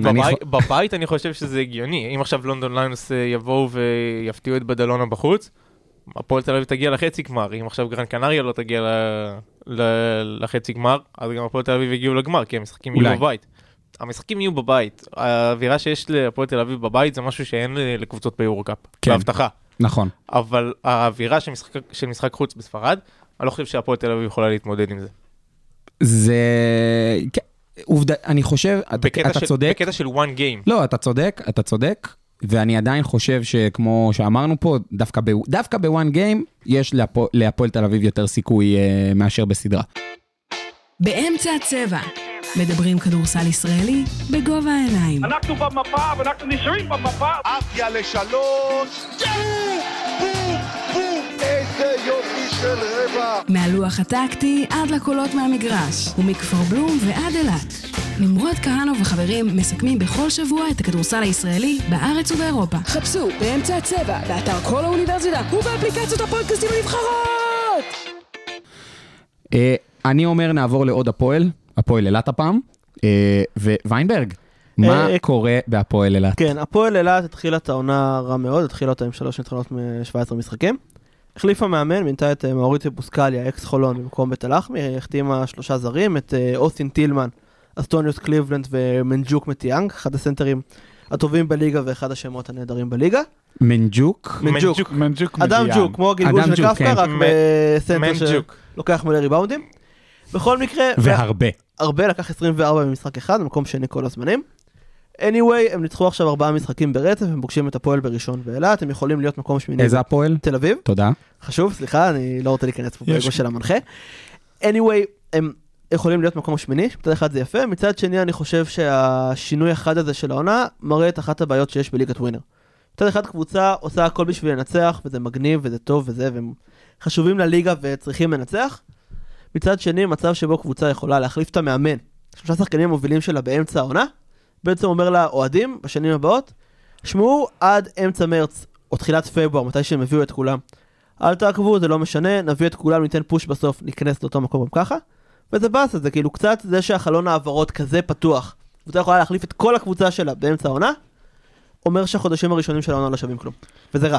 F: בבית-
D: יכול-
F: בבית אני חושב שזה הגיוני, אם עכשיו לונדון ליונס אה, יבואו ויפתיעו את בדלונה בחוץ, הפועל תל אביב תגיע לחצי גמר, אם עכשיו גרן קנריה לא תגיע ל- ל- לחצי גמר, אז גם הפועל תל אביב יגיעו לגמר, כי המשחקים יהיו
D: אולי.
F: בבית. המשחקים יהיו בבית, האווירה שיש להפועל תל אביב בבית זה משהו שאין ל- לקבוצות ביורוקאפ,
D: כן.
F: בהבטחה,
D: נכון.
F: אבל האווירה של משחק, של משחק חוץ בספרד, אני לא חושב שהפועל תל אביב יכולה להתמודד עם זה.
D: זה... כן, עובדה, אני חושב, אתה-
F: בקטע
D: אתה
F: של-
D: צודק.
F: בקטע של one game.
D: לא, אתה צודק, אתה צודק, ואני עדיין חושב שכמו שאמרנו פה, דווקא, ב, דווקא בוואן גיים, יש להפוע- להפועל תל אביב יותר סיכוי אה, מאשר בסדרה.
C: באמצע הצבע. מדברים כדורסל ישראלי בגובה העיניים.
H: אנחנו במפה, ואנחנו נשארים במפה.
I: עפיה לשלוש, כן! בום! בום! איזה יופי של רבע!
C: מהלוח הטקטי עד לקולות מהמגרש, ומכפר בלום ועד אילת. נמרוד כהנוב וחברים מסכמים בכל שבוע את הכדורסל הישראלי בארץ ובאירופה.
J: חפשו באמצע הצבע, באתר כל האוניברסיטה ובאפליקציות הפודקאסטים הנבחרות!
D: אה, אני אומר נעבור לעוד הפועל, הפועל אילת הפעם, אה, וויינברג, מה
G: אה, אה,
D: קורה בהפועל אילת?
G: כן, הפועל אילת התחילה את העונה רע מאוד, התחילה אותה עם שלוש ניצחונות מ-17 משחקים. החליפה מאמן, מינתה את אה, מאוריציו בוסקליה, אקס חולון, במקום בית הלחמי, החתימה שלושה זרים, את אה, אוסטין טילמן, אסטוניוס קליבלנד ומנג'וק מטיאנג, אחד הסנטרים הטובים בליגה ואחד השמות הנהדרים בליגה.
D: מנג'וק,
G: מנג'וק.
E: מנג'וק
G: אדם
E: מגיע.
G: ג'וק, כמו הגלגול
D: אדם
G: של
D: ג'וק,
G: קפקא,
D: כן.
G: רק
F: מ-
G: בסנטר
F: מנג'וק.
G: שלוקח מלא ריבאונדים. בכל מקרה,
D: והרבה.
G: הרבה לקח 24 במשחק אחד, במקום שני כל הזמנים. anyway, הם ניצחו עכשיו ארבעה משחקים ברצף, הם פוגשים את הפועל בראשון באילת, הם יכולים להיות מקום שמיני
D: איזה הפועל?
G: בתל אביב.
D: תודה.
G: חשוב, סליחה, אני לא רוצה להיכנס פה באגו של המנחה. anyway, הם יכולים להיות מקום שמיני, מצד אחד זה יפה, מצד שני אני חושב שהשינוי החד הזה של העונה מראה את אחת הבעיות שיש בליגת ווינר. מצד אחד קבוצה עושה הכל בשביל לנצח, וזה מגניב, וזה טוב, וזה, והם חשובים לליגה וצריכים לנצח. מצד שני, מצב שבו קבוצה יכולה להחליף את המאמן, שלושה שחקנים המובילים שלה באמצע העונה, בעצם אומר לאוהדים בשנים הבאות, שמעו עד אמצע מרץ או תחילת פברואר, מתי שהם הביאו את כולם. אל תעקבו, זה לא משנה, נביא את כולם, ניתן פוש בסוף, ניכנס לאותו מקום גם ככה. וזה באסה, זה כאילו קצת זה שהחלון העברות כזה פתוח, קבוצה יכולה להחליף את כל הקבוצה שלה באמצע העונה, אומר שהחודשים הראשונים של העונה לא שווים כלום. וזה רע.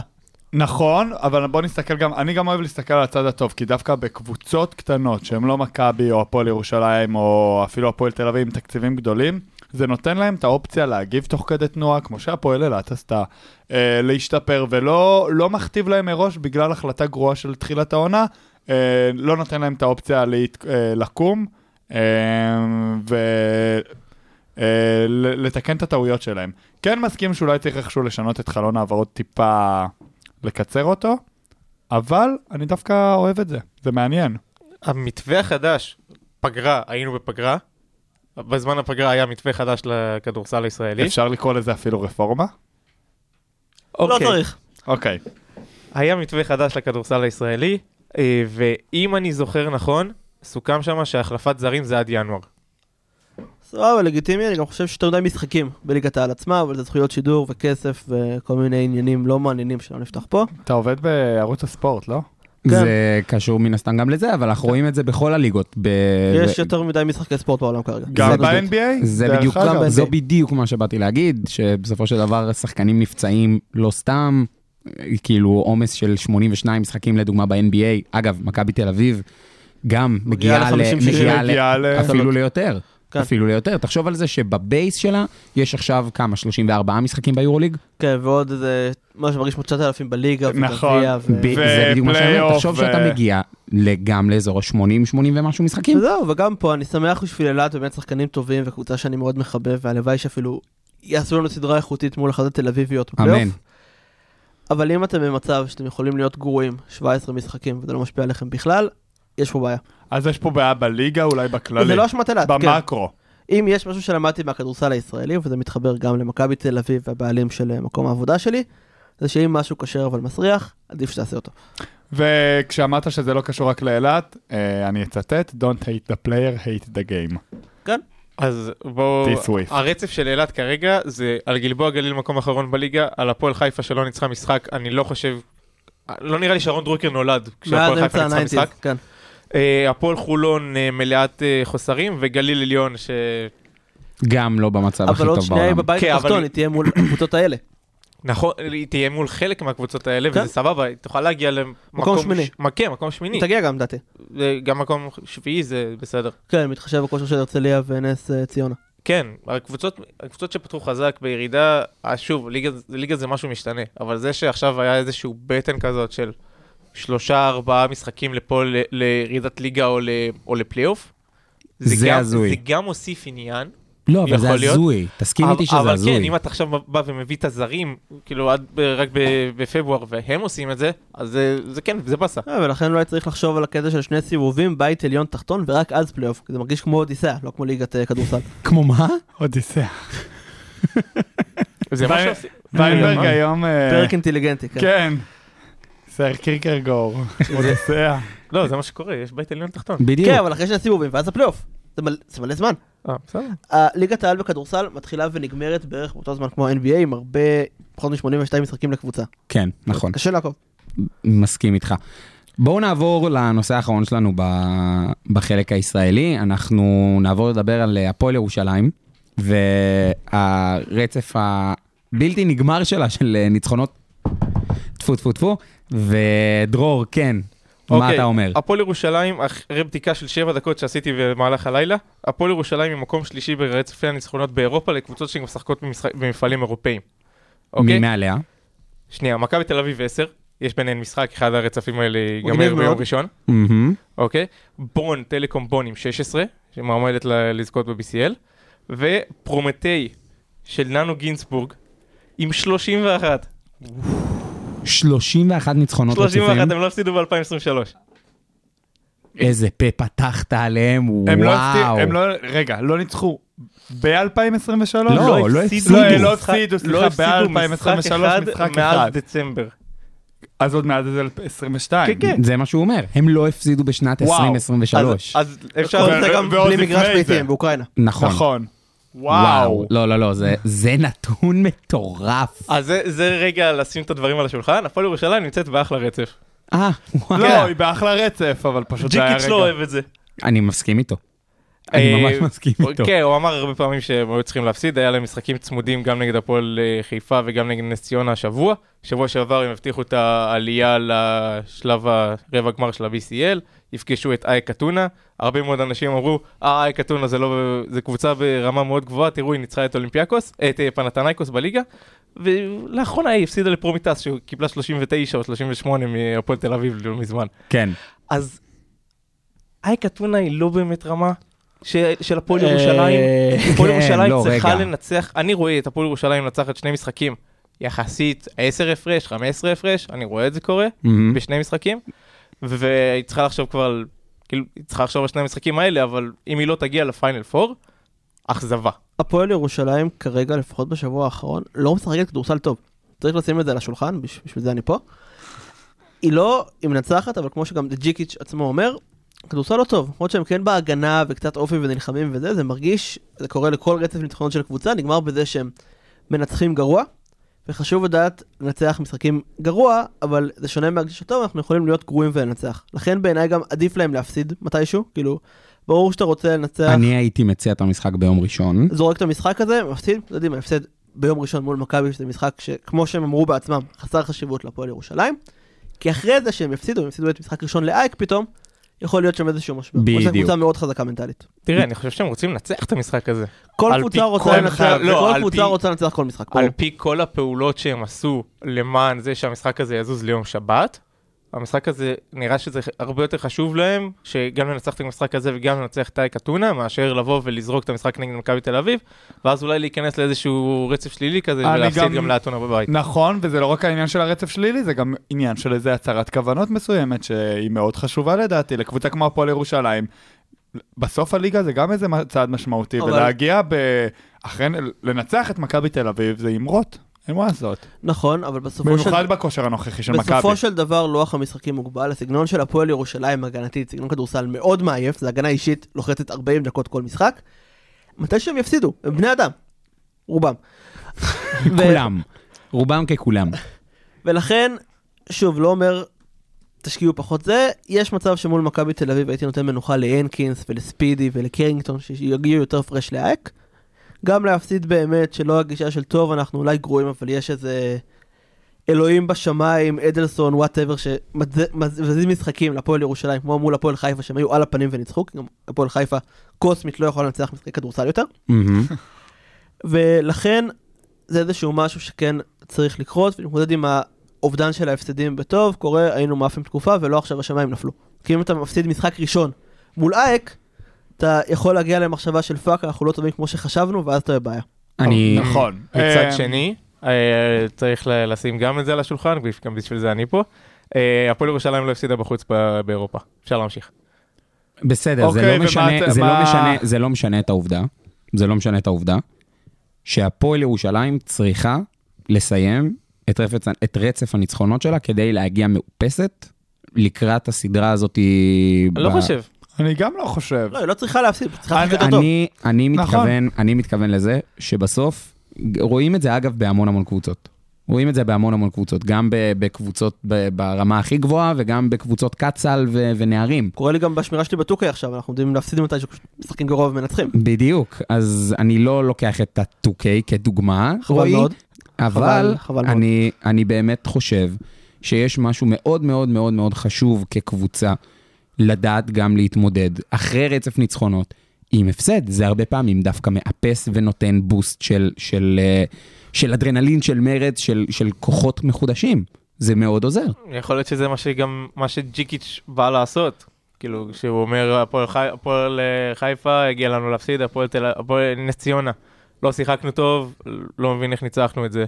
E: נכון, אבל בוא נסתכל גם, אני גם אוהב להסתכל על הצד הטוב, כי דווקא בקבוצות קטנות, שהן לא מכבי או הפועל ירושלים או אפילו הפועל תל אביב עם תקציבים גדולים, זה נותן להם את האופציה להגיב תוך כדי תנועה, כמו שהפועל אילת עשתה, אה, להשתפר, ולא לא מכתיב להם מראש בגלל החלטה גרועה של תחילת העונה, אה, לא נותן להם את האופציה להת, אה, לקום אה, ולתקן אה, ל- לתקן את הטעויות שלהם. כן מסכים שאולי צריך איכשהו לשנות את חלון העברות טיפה... לקצר אותו, אבל אני דווקא אוהב את זה, זה מעניין.
F: המתווה החדש, פגרה, היינו בפגרה, בזמן הפגרה היה מתווה חדש לכדורסל הישראלי.
E: אפשר לקרוא לזה אפילו רפורמה?
G: לא
F: אוקיי.
G: צריך.
E: אוקיי.
F: היה מתווה חדש לכדורסל הישראלי, אה, ואם אני זוכר נכון, סוכם שם שהחלפת זרים זה עד ינואר.
G: סבבה, לגיטימי, אני גם חושב שיש יותר מדי משחקים בליגת העל עצמה, אבל זה זכויות שידור וכסף וכל מיני עניינים לא מעניינים שלא נפתח פה.
E: אתה עובד בערוץ הספורט, לא?
G: כן.
D: זה קשור מן הסתם גם לזה, אבל אנחנו רואים את זה בכל הליגות. ב...
G: יש
D: ב-
G: יותר מדי משחקי ספורט בעולם כרגע.
E: גם
G: זה פשוט.
E: ב-NBA?
D: זה
E: דרך
D: בדיוק,
E: אגב.
G: גם ב-
D: זו
G: ב-
D: בדיוק מה שבאתי להגיד, שבסופו של דבר שחקנים נפצעים לא סתם, כאילו עומס של 82 משחקים לדוגמה ב-NBA, אגב, מכבי תל אביב גם מגיעה ל...
G: ל-50, 60.
D: מגיעה ל-
E: מגיעה ל-
D: אפילו ליותר.
G: כן.
D: אפילו ליותר. תחשוב על זה שבבייס שלה יש עכשיו כמה, 34 משחקים ביורוליג?
G: כן, ועוד איזה, מה שמרגיש כמו 9,000 בליגה,
E: נכון.
G: וגביע, ו...
D: ב- זה בדיוק מה שאני אומר,
E: ופלייאוף,
D: תחשוב
E: ו-
D: שאתה מגיע גם לאזור ה-80, 80 ומשהו משחקים.
G: וזהו, וגם פה אני שמח בשביל אילת, באמת שחקנים טובים וקבוצה שאני מאוד מחבב, והלוואי שאפילו יעשו לנו סדרה איכותית מול אחת התל אביביות בפלייאוף.
D: אמן.
G: אבל אם אתם במצב שאתם יכולים להיות גרועים 17 משחקים וזה לא משפיע עליכם בכלל, יש פה בעיה.
E: אז יש פה בעיה בליגה, אולי בכללי.
G: זה לא אשמת אילת, כן.
E: במקרו.
G: אם יש משהו שלמדתי מהכדורסל הישראלי, וזה מתחבר גם למכבי תל אביב והבעלים של אה, מקום העבודה שלי, זה שאם משהו כשר אבל מסריח, עדיף שתעשה אותו.
E: וכשאמרת שזה לא קשור רק לאילת, אה, אני אצטט, Don't hate the player, hate the game.
G: כן?
F: אז בואו,
E: This with.
F: הרצף של אילת כרגע זה על גלבוע גליל מקום אחרון בליגה, על הפועל חיפה שלא ניצחה משחק, אני לא חושב, לא נראה לי שרון דרוקר נולד
G: ועד
F: כשהפועל
G: אמצע
F: חיפה ניצחה
G: הניינטיז,
F: משחק.
G: כן.
F: אה, הפועל חולון אה, מלאת אה, חוסרים, וגליל עליון ש...
D: גם לא במצב הכי
G: אבל עוד
D: טוב
G: שנייה היא
D: בעולם.
G: בבית
F: כן, אבל
G: התחתון,
F: היא-
G: היא תהיה מול הקבוצות האלה.
F: נכון, היא תהיה מול חלק מהקבוצות האלה,
G: כן.
F: וזה סבבה, היא תוכל להגיע למקום...
G: שמיני.
F: ש- מ- כן, מקום שמיני.
G: היא תגיע גם, לדעתי.
F: אה, גם מקום שביעי זה בסדר.
G: כן, מתחשב בכושר של הרצליה ונס אה, ציונה.
F: כן, הקבוצות, הקבוצות שפתחו חזק בירידה, אה, שוב, ליגה, ליגה זה משהו משתנה, אבל זה שעכשיו היה איזשהו בטן כזאת של שלושה ארבעה משחקים לפה ל, לירידת ליגה או, ל, או לפלייאוף,
D: זה
F: גם,
D: הזוי.
F: זה גם הוסיף עניין.
D: לא, אבל זה
F: יכול להיות.
D: הזוי. תסכים איתי שזה
F: אבל
D: הזוי.
F: אבל כן, אם אתה עכשיו בא ומביא את הזרים, כאילו עד ב, רק ב, בפברואר, והם עושים את זה, אז זה, זה כן, זה באסה.
G: אה, ולכן אולי צריך לחשוב על הקטע של שני סיבובים, בית עליון תחתון ורק אז פלייאוף, כי זה מרגיש כמו אודיסאה, לא כמו ליגת אה, כדורסל.
D: כמו מה?
E: אודיסאה. די-
F: זה מה שעושים.
E: ויינברג
D: מה?
E: היום... אה,
G: פרק אינטליגנטי, כן.
E: כן. סר קירקרגור. אודיסאה.
F: לא, זה מה שקורה, יש בית עליון תחתון.
D: בדיוק.
G: כן, אבל אחרי שני סיבובים, ואז הפלייאוף. זה מל- זה מלא זמן.
F: אה, בסדר.
G: ה- ליגת העל בכדורסל מתחילה ונגמרת בערך באותו זמן כמו ה-NBA, עם הרבה, פחות מ-82 משחקים לקבוצה.
D: כן, נכון.
G: קשה לעקוב.
D: מסכים איתך. בואו נעבור לנושא האחרון שלנו ב- בחלק הישראלי. אנחנו נעבור לדבר על אה, הפועל ירושלים, והרצף הבלתי נגמר שלה של אה, ניצחונות טפו טפו טפו, ודרור, כן, מה
F: אוקיי,
D: אתה אומר?
F: הפועל ירושלים, אחרי בדיקה של 7 דקות שעשיתי במהלך הלילה, הפועל ירושלים היא מקום שלישי ברצפי הניצחונות באירופה לקבוצות שגם משחקות במשחק- במפעלים אירופאיים. אוקיי?
D: מי מעליה?
F: שנייה, מכבי תל אביב 10, יש ביניהן משחק, אחד הרצפים האלה
G: מגניב
F: ייגמר ביום
G: מאוד.
F: ראשון.
D: מהמם.
F: אוקיי? בון, טלקום בון עם 16, שמועמדת ל- לזכות ב-BCL, ופרומטי של ננו גינסבורג עם 31.
D: 31 ניצחונות
F: 31
D: רצופים.
F: הם לא הפסידו ב-2023.
D: איזה פה פתחת עליהם,
E: הם לא
D: וואו.
E: הפסידו, הם לא, רגע, לא ניצחו ב-2023?
D: לא, לא הפסידו.
E: לא הפסידו,
F: לא
E: סליחה,
F: הפסידו משחק
E: ב-2023
F: אחד
E: משחק אחד.
F: מאז דצמבר.
E: אז עוד מעט זה 22.
F: כן, כן.
D: זה מה שהוא אומר, הם לא הפסידו בשנת
E: וואו.
D: 2023.
F: אז אפשר...
E: ו-
G: זה
E: ו-
G: גם
E: ועוד
G: בלי
E: לפני
G: מגרש
E: זה.
G: ביתיים באוקראינה.
D: נכון.
E: נכון. וואו.
D: וואו. לא, לא, לא, זה- זה נתון מטורף.
F: אז זה- זה רגע לשים את הדברים על השולחן, הפועל ירושלים נמצאת באחלה רצף.
D: אה, וואו.
E: לא,
F: כן.
E: היא באחלה רצף, אבל פשוט זה היה
F: ג'יקיץ' לא
E: רגע.
F: אוהב את זה.
D: אני מסכים איתו. אני ממש
F: אה,
D: מסכים איתו.
F: כן, הוא אמר הרבה פעמים שהם היו צריכים להפסיד, היה להם משחקים צמודים גם נגד הפועל אה, חיפה וגם נגד נס ציונה השבוע. שבוע שעבר הם הבטיחו את העלייה לשלב הרבע גמר של ה-BCL, יפגשו את אייקה טונה. הרבה מאוד אנשים אמרו, אה, אייקה טונה זה לא... זה קבוצה ברמה מאוד גבוהה, תראו, היא ניצחה את אולימפיאקוס, את אה, פנתנייקוס בליגה. ולאחרונה היא הפסידה לפרומיטס, שקיבלה 39 או 38 מהפועל תל אביב לא מזמן.
D: כן.
F: אז אייקה טונה היא לא באמת רמה ש- של הפועל ירושלים.
D: אה,
F: הפועל
D: כן,
F: ירושלים
D: לא,
F: צריכה
D: רגע.
F: לנצח, אני רואה את הפועל ירושלים מנצחת שני משחקים יחסית 10 הפרש, 15 הפרש, אני רואה את זה קורה
D: מהמם.
F: בשני משחקים, והיא צריכה לחשוב כבר על, כאילו, היא צריכה לחשוב על שני המשחקים האלה, אבל אם היא לא תגיע לפיינל 4, אכזבה.
G: הפועל ירושלים כרגע, לפחות בשבוע האחרון, לא משחקת כדורסל טוב. צריך לשים את זה על השולחן, בש- בשביל זה אני פה. היא לא, היא מנצחת, אבל כמו שגם ג'יקיץ' עצמו אומר, כדורסל לא טוב. למרות שהם כן בהגנה וקצת אופי ונלחמים וזה, זה מרגיש, זה קורה לכל רצף ניצחונות של קבוצה, נגמר בזה שהם מנצחים גרוע, וחשוב לדעת לנצח משחקים גרוע, אבל זה שונה מהגשת טוב, אנחנו יכולים להיות גרועים ולנצח. לכן בעיניי גם עדיף להם להפסיד מתישהו, כאילו, ברור שאתה רוצה לנצח.
D: אני הייתי מציע את המשחק ביום ראשון.
G: זורק את המשחק הזה, מפסיד, לא יודעים, ההפסד ביום ראשון מול מכבי, שזה משחק שכמו שהם אמרו בעצמם, חסר חשיבות להפועל ירושלים, כי אחרי זה שהם יפסידו, הם יפסידו את משחק ראשון לאייק פתאום, יכול להיות שם איזשהו משבר. או שהם
D: בדיוק.
G: קבוצה מאוד חזקה מנטלית.
D: Mm-hmm.
F: תראה, אני חושב שהם רוצים לנצח את המשחק הזה.
G: כל
F: על פי
G: קבוצה
F: כל
G: רוצה לנצח,
F: אחד, לא,
G: כל
F: על
G: קבוצה
F: פי-
G: רוצה לנצח כל משחק. ברור.
F: על פי כל הפעולות שהם עשו למען זה שהמשחק הזה יזוז ליום שבת, המשחק הזה נראה שזה הרבה יותר חשוב להם, שגם לנצח את המשחק הזה וגם לנצח את אייקה טונה, מאשר לבוא ולזרוק את המשחק נגד מכבי תל אביב, ואז אולי להיכנס לאיזשהו רצף שלילי כזה
E: אני
F: ולהפסיד
E: גם-
F: גם, לאתונה בבית.
E: נכון, וזה לא רק העניין של הרצף שלילי, זה גם עניין של איזה הצהרת כוונות מסוימת, שהיא מאוד חשובה לדעתי, לקבוצה כמו הפועל ירושלים. בסוף הליגה זה גם איזה מ- צעד משמעותי,
G: אבל-
E: ולהגיע ב... אחרי... לנצח את מכבי תל אביב זה אמרות, אין מה לעשות.
G: נכון, אבל בסופו של
E: במיוחד בכושר הנוכחי של מכבי.
G: בסופו של דבר לוח המשחקים מוגבל, הסגנון של הפועל ירושלים הגנתית, סגנון כדורסל מאוד מעייף, זה הגנה אישית, לוחצת 40 דקות כל משחק. מתי שהם יפסידו, הם בני אדם, רובם. ו-
D: כולם. רובם ככולם.
G: ולכן, שוב, לא אומר, תשקיעו פחות זה, יש מצב שמול מכבי תל אביב הייתי נותן מנוחה להנקינס ולספידי ולקרינגטון, שיגיעו יותר פרש לאייק. גם להפסיד באמת, שלא הגישה של טוב, אנחנו אולי גרועים, אבל יש איזה אלוהים בשמיים, אדלסון, וואטאבר, שמזיז משחקים להפועל ירושלים, כמו מול הפועל חיפה, שהם היו על הפנים וניצחו, כי גם הפועל חיפה קוסמית לא יכולה לנצח משחקי כדורסל יותר.
D: מהמם.
G: ולכן זה איזשהו משהו שכן צריך לקרות, ולהתמודד עם האובדן של ההפסדים בטוב, קורה, היינו מאפים תקופה, ולא עכשיו השמיים נפלו. כי אם אתה מפסיד משחק ראשון מול אייק, אתה יכול להגיע למחשבה של פאק, אנחנו לא טובים כמו שחשבנו, ואז אתה בבעיה.
D: אני...
E: נכון.
F: מצד
E: אה,
F: שני, אה, צריך ל- לשים גם את זה על השולחן, גם בשביל זה אני פה. אה, הפועל ירושלים לא הפסידה בחוץ ב- באירופה. אפשר להמשיך.
D: בסדר, זה
E: אוקיי,
D: לא
E: ומה
D: משנה-
E: את-
D: זה
E: מה-
D: לא משנה- זה לא משנה את העובדה. זה לא משנה את העובדה שהפועל ירושלים צריכה לסיים את רפץ- את רצף הניצחונות שלה כדי להגיע מאופסת לקראת הסדרה הזאת.
F: לא
D: ב-
F: חושב.
E: אני גם לא חושב.
G: לא, היא לא צריכה להפסיד, היא צריכה להפסיד יותר טוב.
D: אני, אני,
E: נכון.
D: מתכוון, אני מתכוון לזה שבסוף, רואים את זה אגב בהמון המון קבוצות. רואים את זה בהמון המון קבוצות, גם ב- בקבוצות ב- ברמה הכי גבוהה וגם בקבוצות קצ"ל ו- ונערים.
G: קורה לי גם בשמירה שלי בטוקי עכשיו, אנחנו יודעים להפסיד מתי שמשחקים גרוע ומנצחים.
D: בדיוק, אז אני לא לוקח את ה-2K כדוגמה,
G: חבל
D: רועי,
G: מאוד.
D: אבל
G: חבל- חבל מאוד.
D: אני, אני באמת חושב שיש משהו מאוד מאוד מאוד מאוד חשוב כקבוצה לדעת גם להתמודד אחרי רצף ניצחונות עם הפסד. זה הרבה פעמים דווקא מאפס ונותן בוסט של, של, אה, של אדרנלין, של מרץ, של, של כוחות מחודשים. זה מאוד עוזר.
F: יכול להיות שזה מה שגם, מה שג'יקיץ' בא לעשות. כאילו, כשהוא אומר, "הפועל חי- הפועל אה, חיפה הגיע לנו להפסיד, הפועל תל- הפועל נס ציונה. לא שיחקנו טוב, לא מבין איך ניצחנו את זה.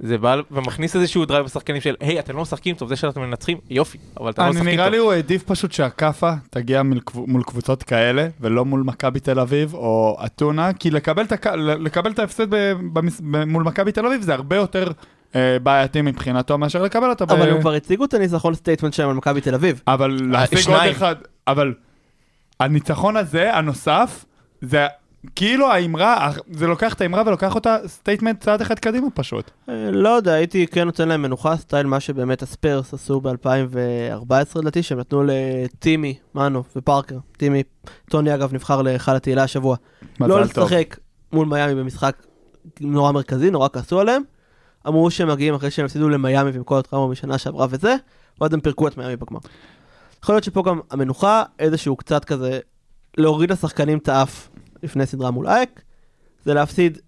F: זה בא ומכניס איזשהו דרייב בשחקנים של, היי, אתם לא משחקים טוב, זה שאתם מנצחים, יופי, אבל אתם לא
E: אני
F: משחקים
E: נראה
F: טוב.
E: לי הוא העדיף פשוט שהכאפה תגיע מול קב- מול קבוצות כאלה, ולא מול מכבי תל אביב או אתונה, כי לקבל את הכ- לקבל את ההפסד ב- במס- ב- מול מכבי תל אביב זה הרבה יותר אה, בעייתי מבחינתו מאשר לקבל אותו. ב-
G: אבל הם כבר אה, הציגו את הניצחון סטייטמנט שלהם על מכבי תל אביב.
E: אבל להשיג עוד
F: שניים.
E: אחד, אבל הניצחון הזה, הנוסף, זה כאילו האמרה, זה לוקח את האמרה ולוקח אותה סטייטמנט צעד אחד קדימה פשוט.
G: אה, לא יודע, הייתי כן נותן להם מנוחה, סטייל מה שבאמת הספרס עשו ב-2014 לדעתי, שהם נתנו לטימי, מנו ופארקר. טימי, טוני אגב נבחר להיכל התהילה השבוע. לא
E: מזל טוב.
G: לשחק מול מיאמי במשחק נורא מרכזי, נורא כעסו עליהם. אמרו שהם מגיעים אחרי שהם הפסידו למיאמי ועם כל הטראומה משנה שעברה וזה, ואז הם פירקו את מיאמי בגמר. יכול להיות שפה גם המנוחה, איזשהו קצת כזה, להוריד לשחקנים את האף לפני סדרה מול אייק, זה להפסיד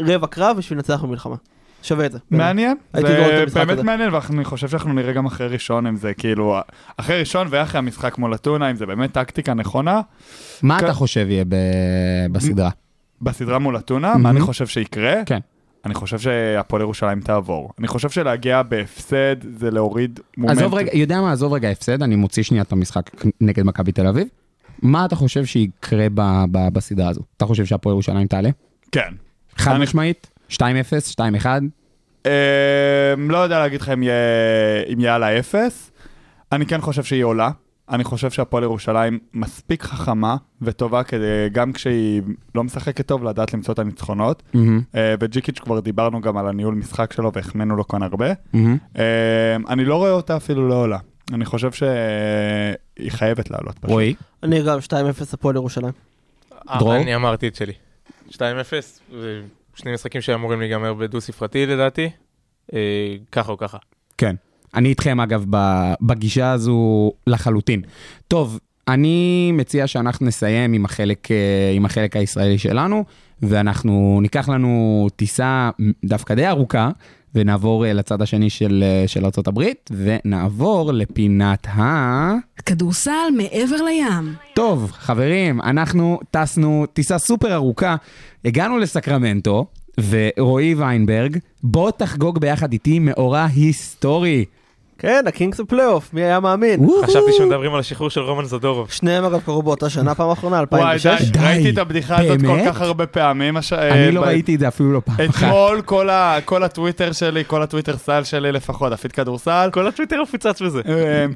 G: רבע קרב בשביל לנצח במלחמה. שווה את זה.
D: כן.
G: באמת.
E: מעניין,
G: הייתי גורר את
E: זה
G: המשחק
E: באמת
G: הזה.
E: מעניין, ואני חושב שאנחנו נראה גם אחרי ראשון אם זה כאילו, אחרי ראשון ואחרי המשחק מול אתונה, אם זה באמת טקטיקה נכונה,
D: מה
E: כ-
D: אתה חושב יהיה ב- בסדרה?
E: בסדרה מול אתונה,
D: מהמם.
E: מה אני חושב שיקרה?
D: כן.
E: אני חושב שהפועל ירושלים תעבור. אני חושב שלהגיע בהפסד זה להוריד מומנטום.
D: עזוב רגע, יודע מה, עזוב רגע הפסד, אני מוציא שנייה את המשחק נגד מכבי תל אביב. מה אתה חושב שיקרה ב- ב- בסדרה הזו? אתה חושב שהפועל ירושלים תעלה?
E: כן.
D: חד
E: אני-
D: משמעית? 2-0, 2-1?
E: אמ, לא יודע להגיד לך אם יהיה, אם יהיה על האפס. אני כן חושב שהיא עולה. אני חושב שהפועל ירושלים מספיק חכמה וטובה כדי, גם כשהיא לא משחקת טוב, לדעת למצוא את הניצחונות.
D: מהמם,
E: אה, וג'יקיץ' כבר דיברנו גם על הניהול משחק שלו והחמאנו לו כאן הרבה.
D: מהמם.
E: אה, אני לא רואה אותה אפילו לא עולה. אני חושב שהיא חייבת לעלות. פשוט.
D: רועי?
G: אני גם 2-0 הפועל ירושלים.
F: אה,
D: דרור?
F: אני אמרתי את שלי. 2-0, זה שני משחקים שאמורים להיגמר בדו-ספרתי לדעתי, אה, ככה או ככה.
D: כן. אני איתכם, אגב, ב- בגישה הזו לחלוטין. טוב, אני מציע שאנחנו נסיים עם החלק, אה, עם החלק הישראלי שלנו, ואנחנו ניקח לנו טיסה דווקא די ארוכה, ונעבור אה, לצד השני של, אה, של ארה"ב, ונעבור לפינת ה...
C: כדורסל מעבר לים.
D: טוב, חברים, אנחנו טסנו טיסה סופר ארוכה, הגענו לסקרמנטו, ורועי ויינברג, בוא תחגוג ביחד איתי מאורע היסטורי.
G: כן, הקינגס בפלייאוף, מי היה מאמין?
F: חשבתי שמדברים על השחרור של רומן זדורוב.
G: שניהם אגב קרו באותה שנה פעם האחרונה,
E: וואי,
G: 2006.
E: די,
D: די,
E: ראיתי את הבדיחה הזאת כל
D: באמת?
E: כך הרבה פעמים. הש- אה,
D: אני לא
E: ב-
D: ראיתי את זה אפילו לא פעם אחת.
E: אתמול כל ה- כל הטוויטר שלי, כל הטוויטר סל שלי לפחות, הפיד כדורסל.
F: כל הטוויטר מפוצץ בזה.
E: אה,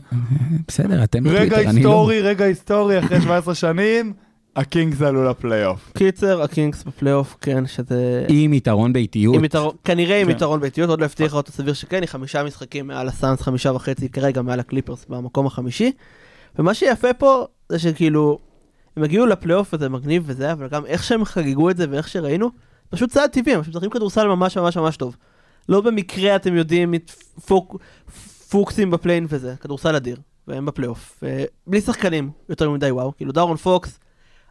D: בסדר, אתם
E: רגע
D: בטוויטר, אני לא.
E: היסטורי, רגע היסטורי, אחרי 17 שנים, הקינגס עלו לפלייאוף.
G: קיצר, הקינגס בפלייאוף, כן, שזה...
D: עם יתרון באיטיות.
G: עם יתרון, כנראה עם
E: כן.
G: יתרון ביתיות, עוד לא הבטיחה אותו סביר שכן, היא חמישה משחקים מעל הסאנס, חמישה וחצי, כרגע מעל הקליפרס במקום החמישי. ומה שיפה פה, זה שכאילו, הם הגיעו לפלייאוף וזה מגניב וזה, אבל גם איך שהם חגגו את זה ואיך שראינו, פשוט צעד טבעי, הם משחקים כדורסל ממש ממש ממש טוב. לא במקרה אתם יודעים, מת- פוק, פוקסים בפליין וזה, כדורסל אדיר, והם בפלייאוף. אה, בלי שחקנים, יותר מדי וואו, כאילו דארון פוקס,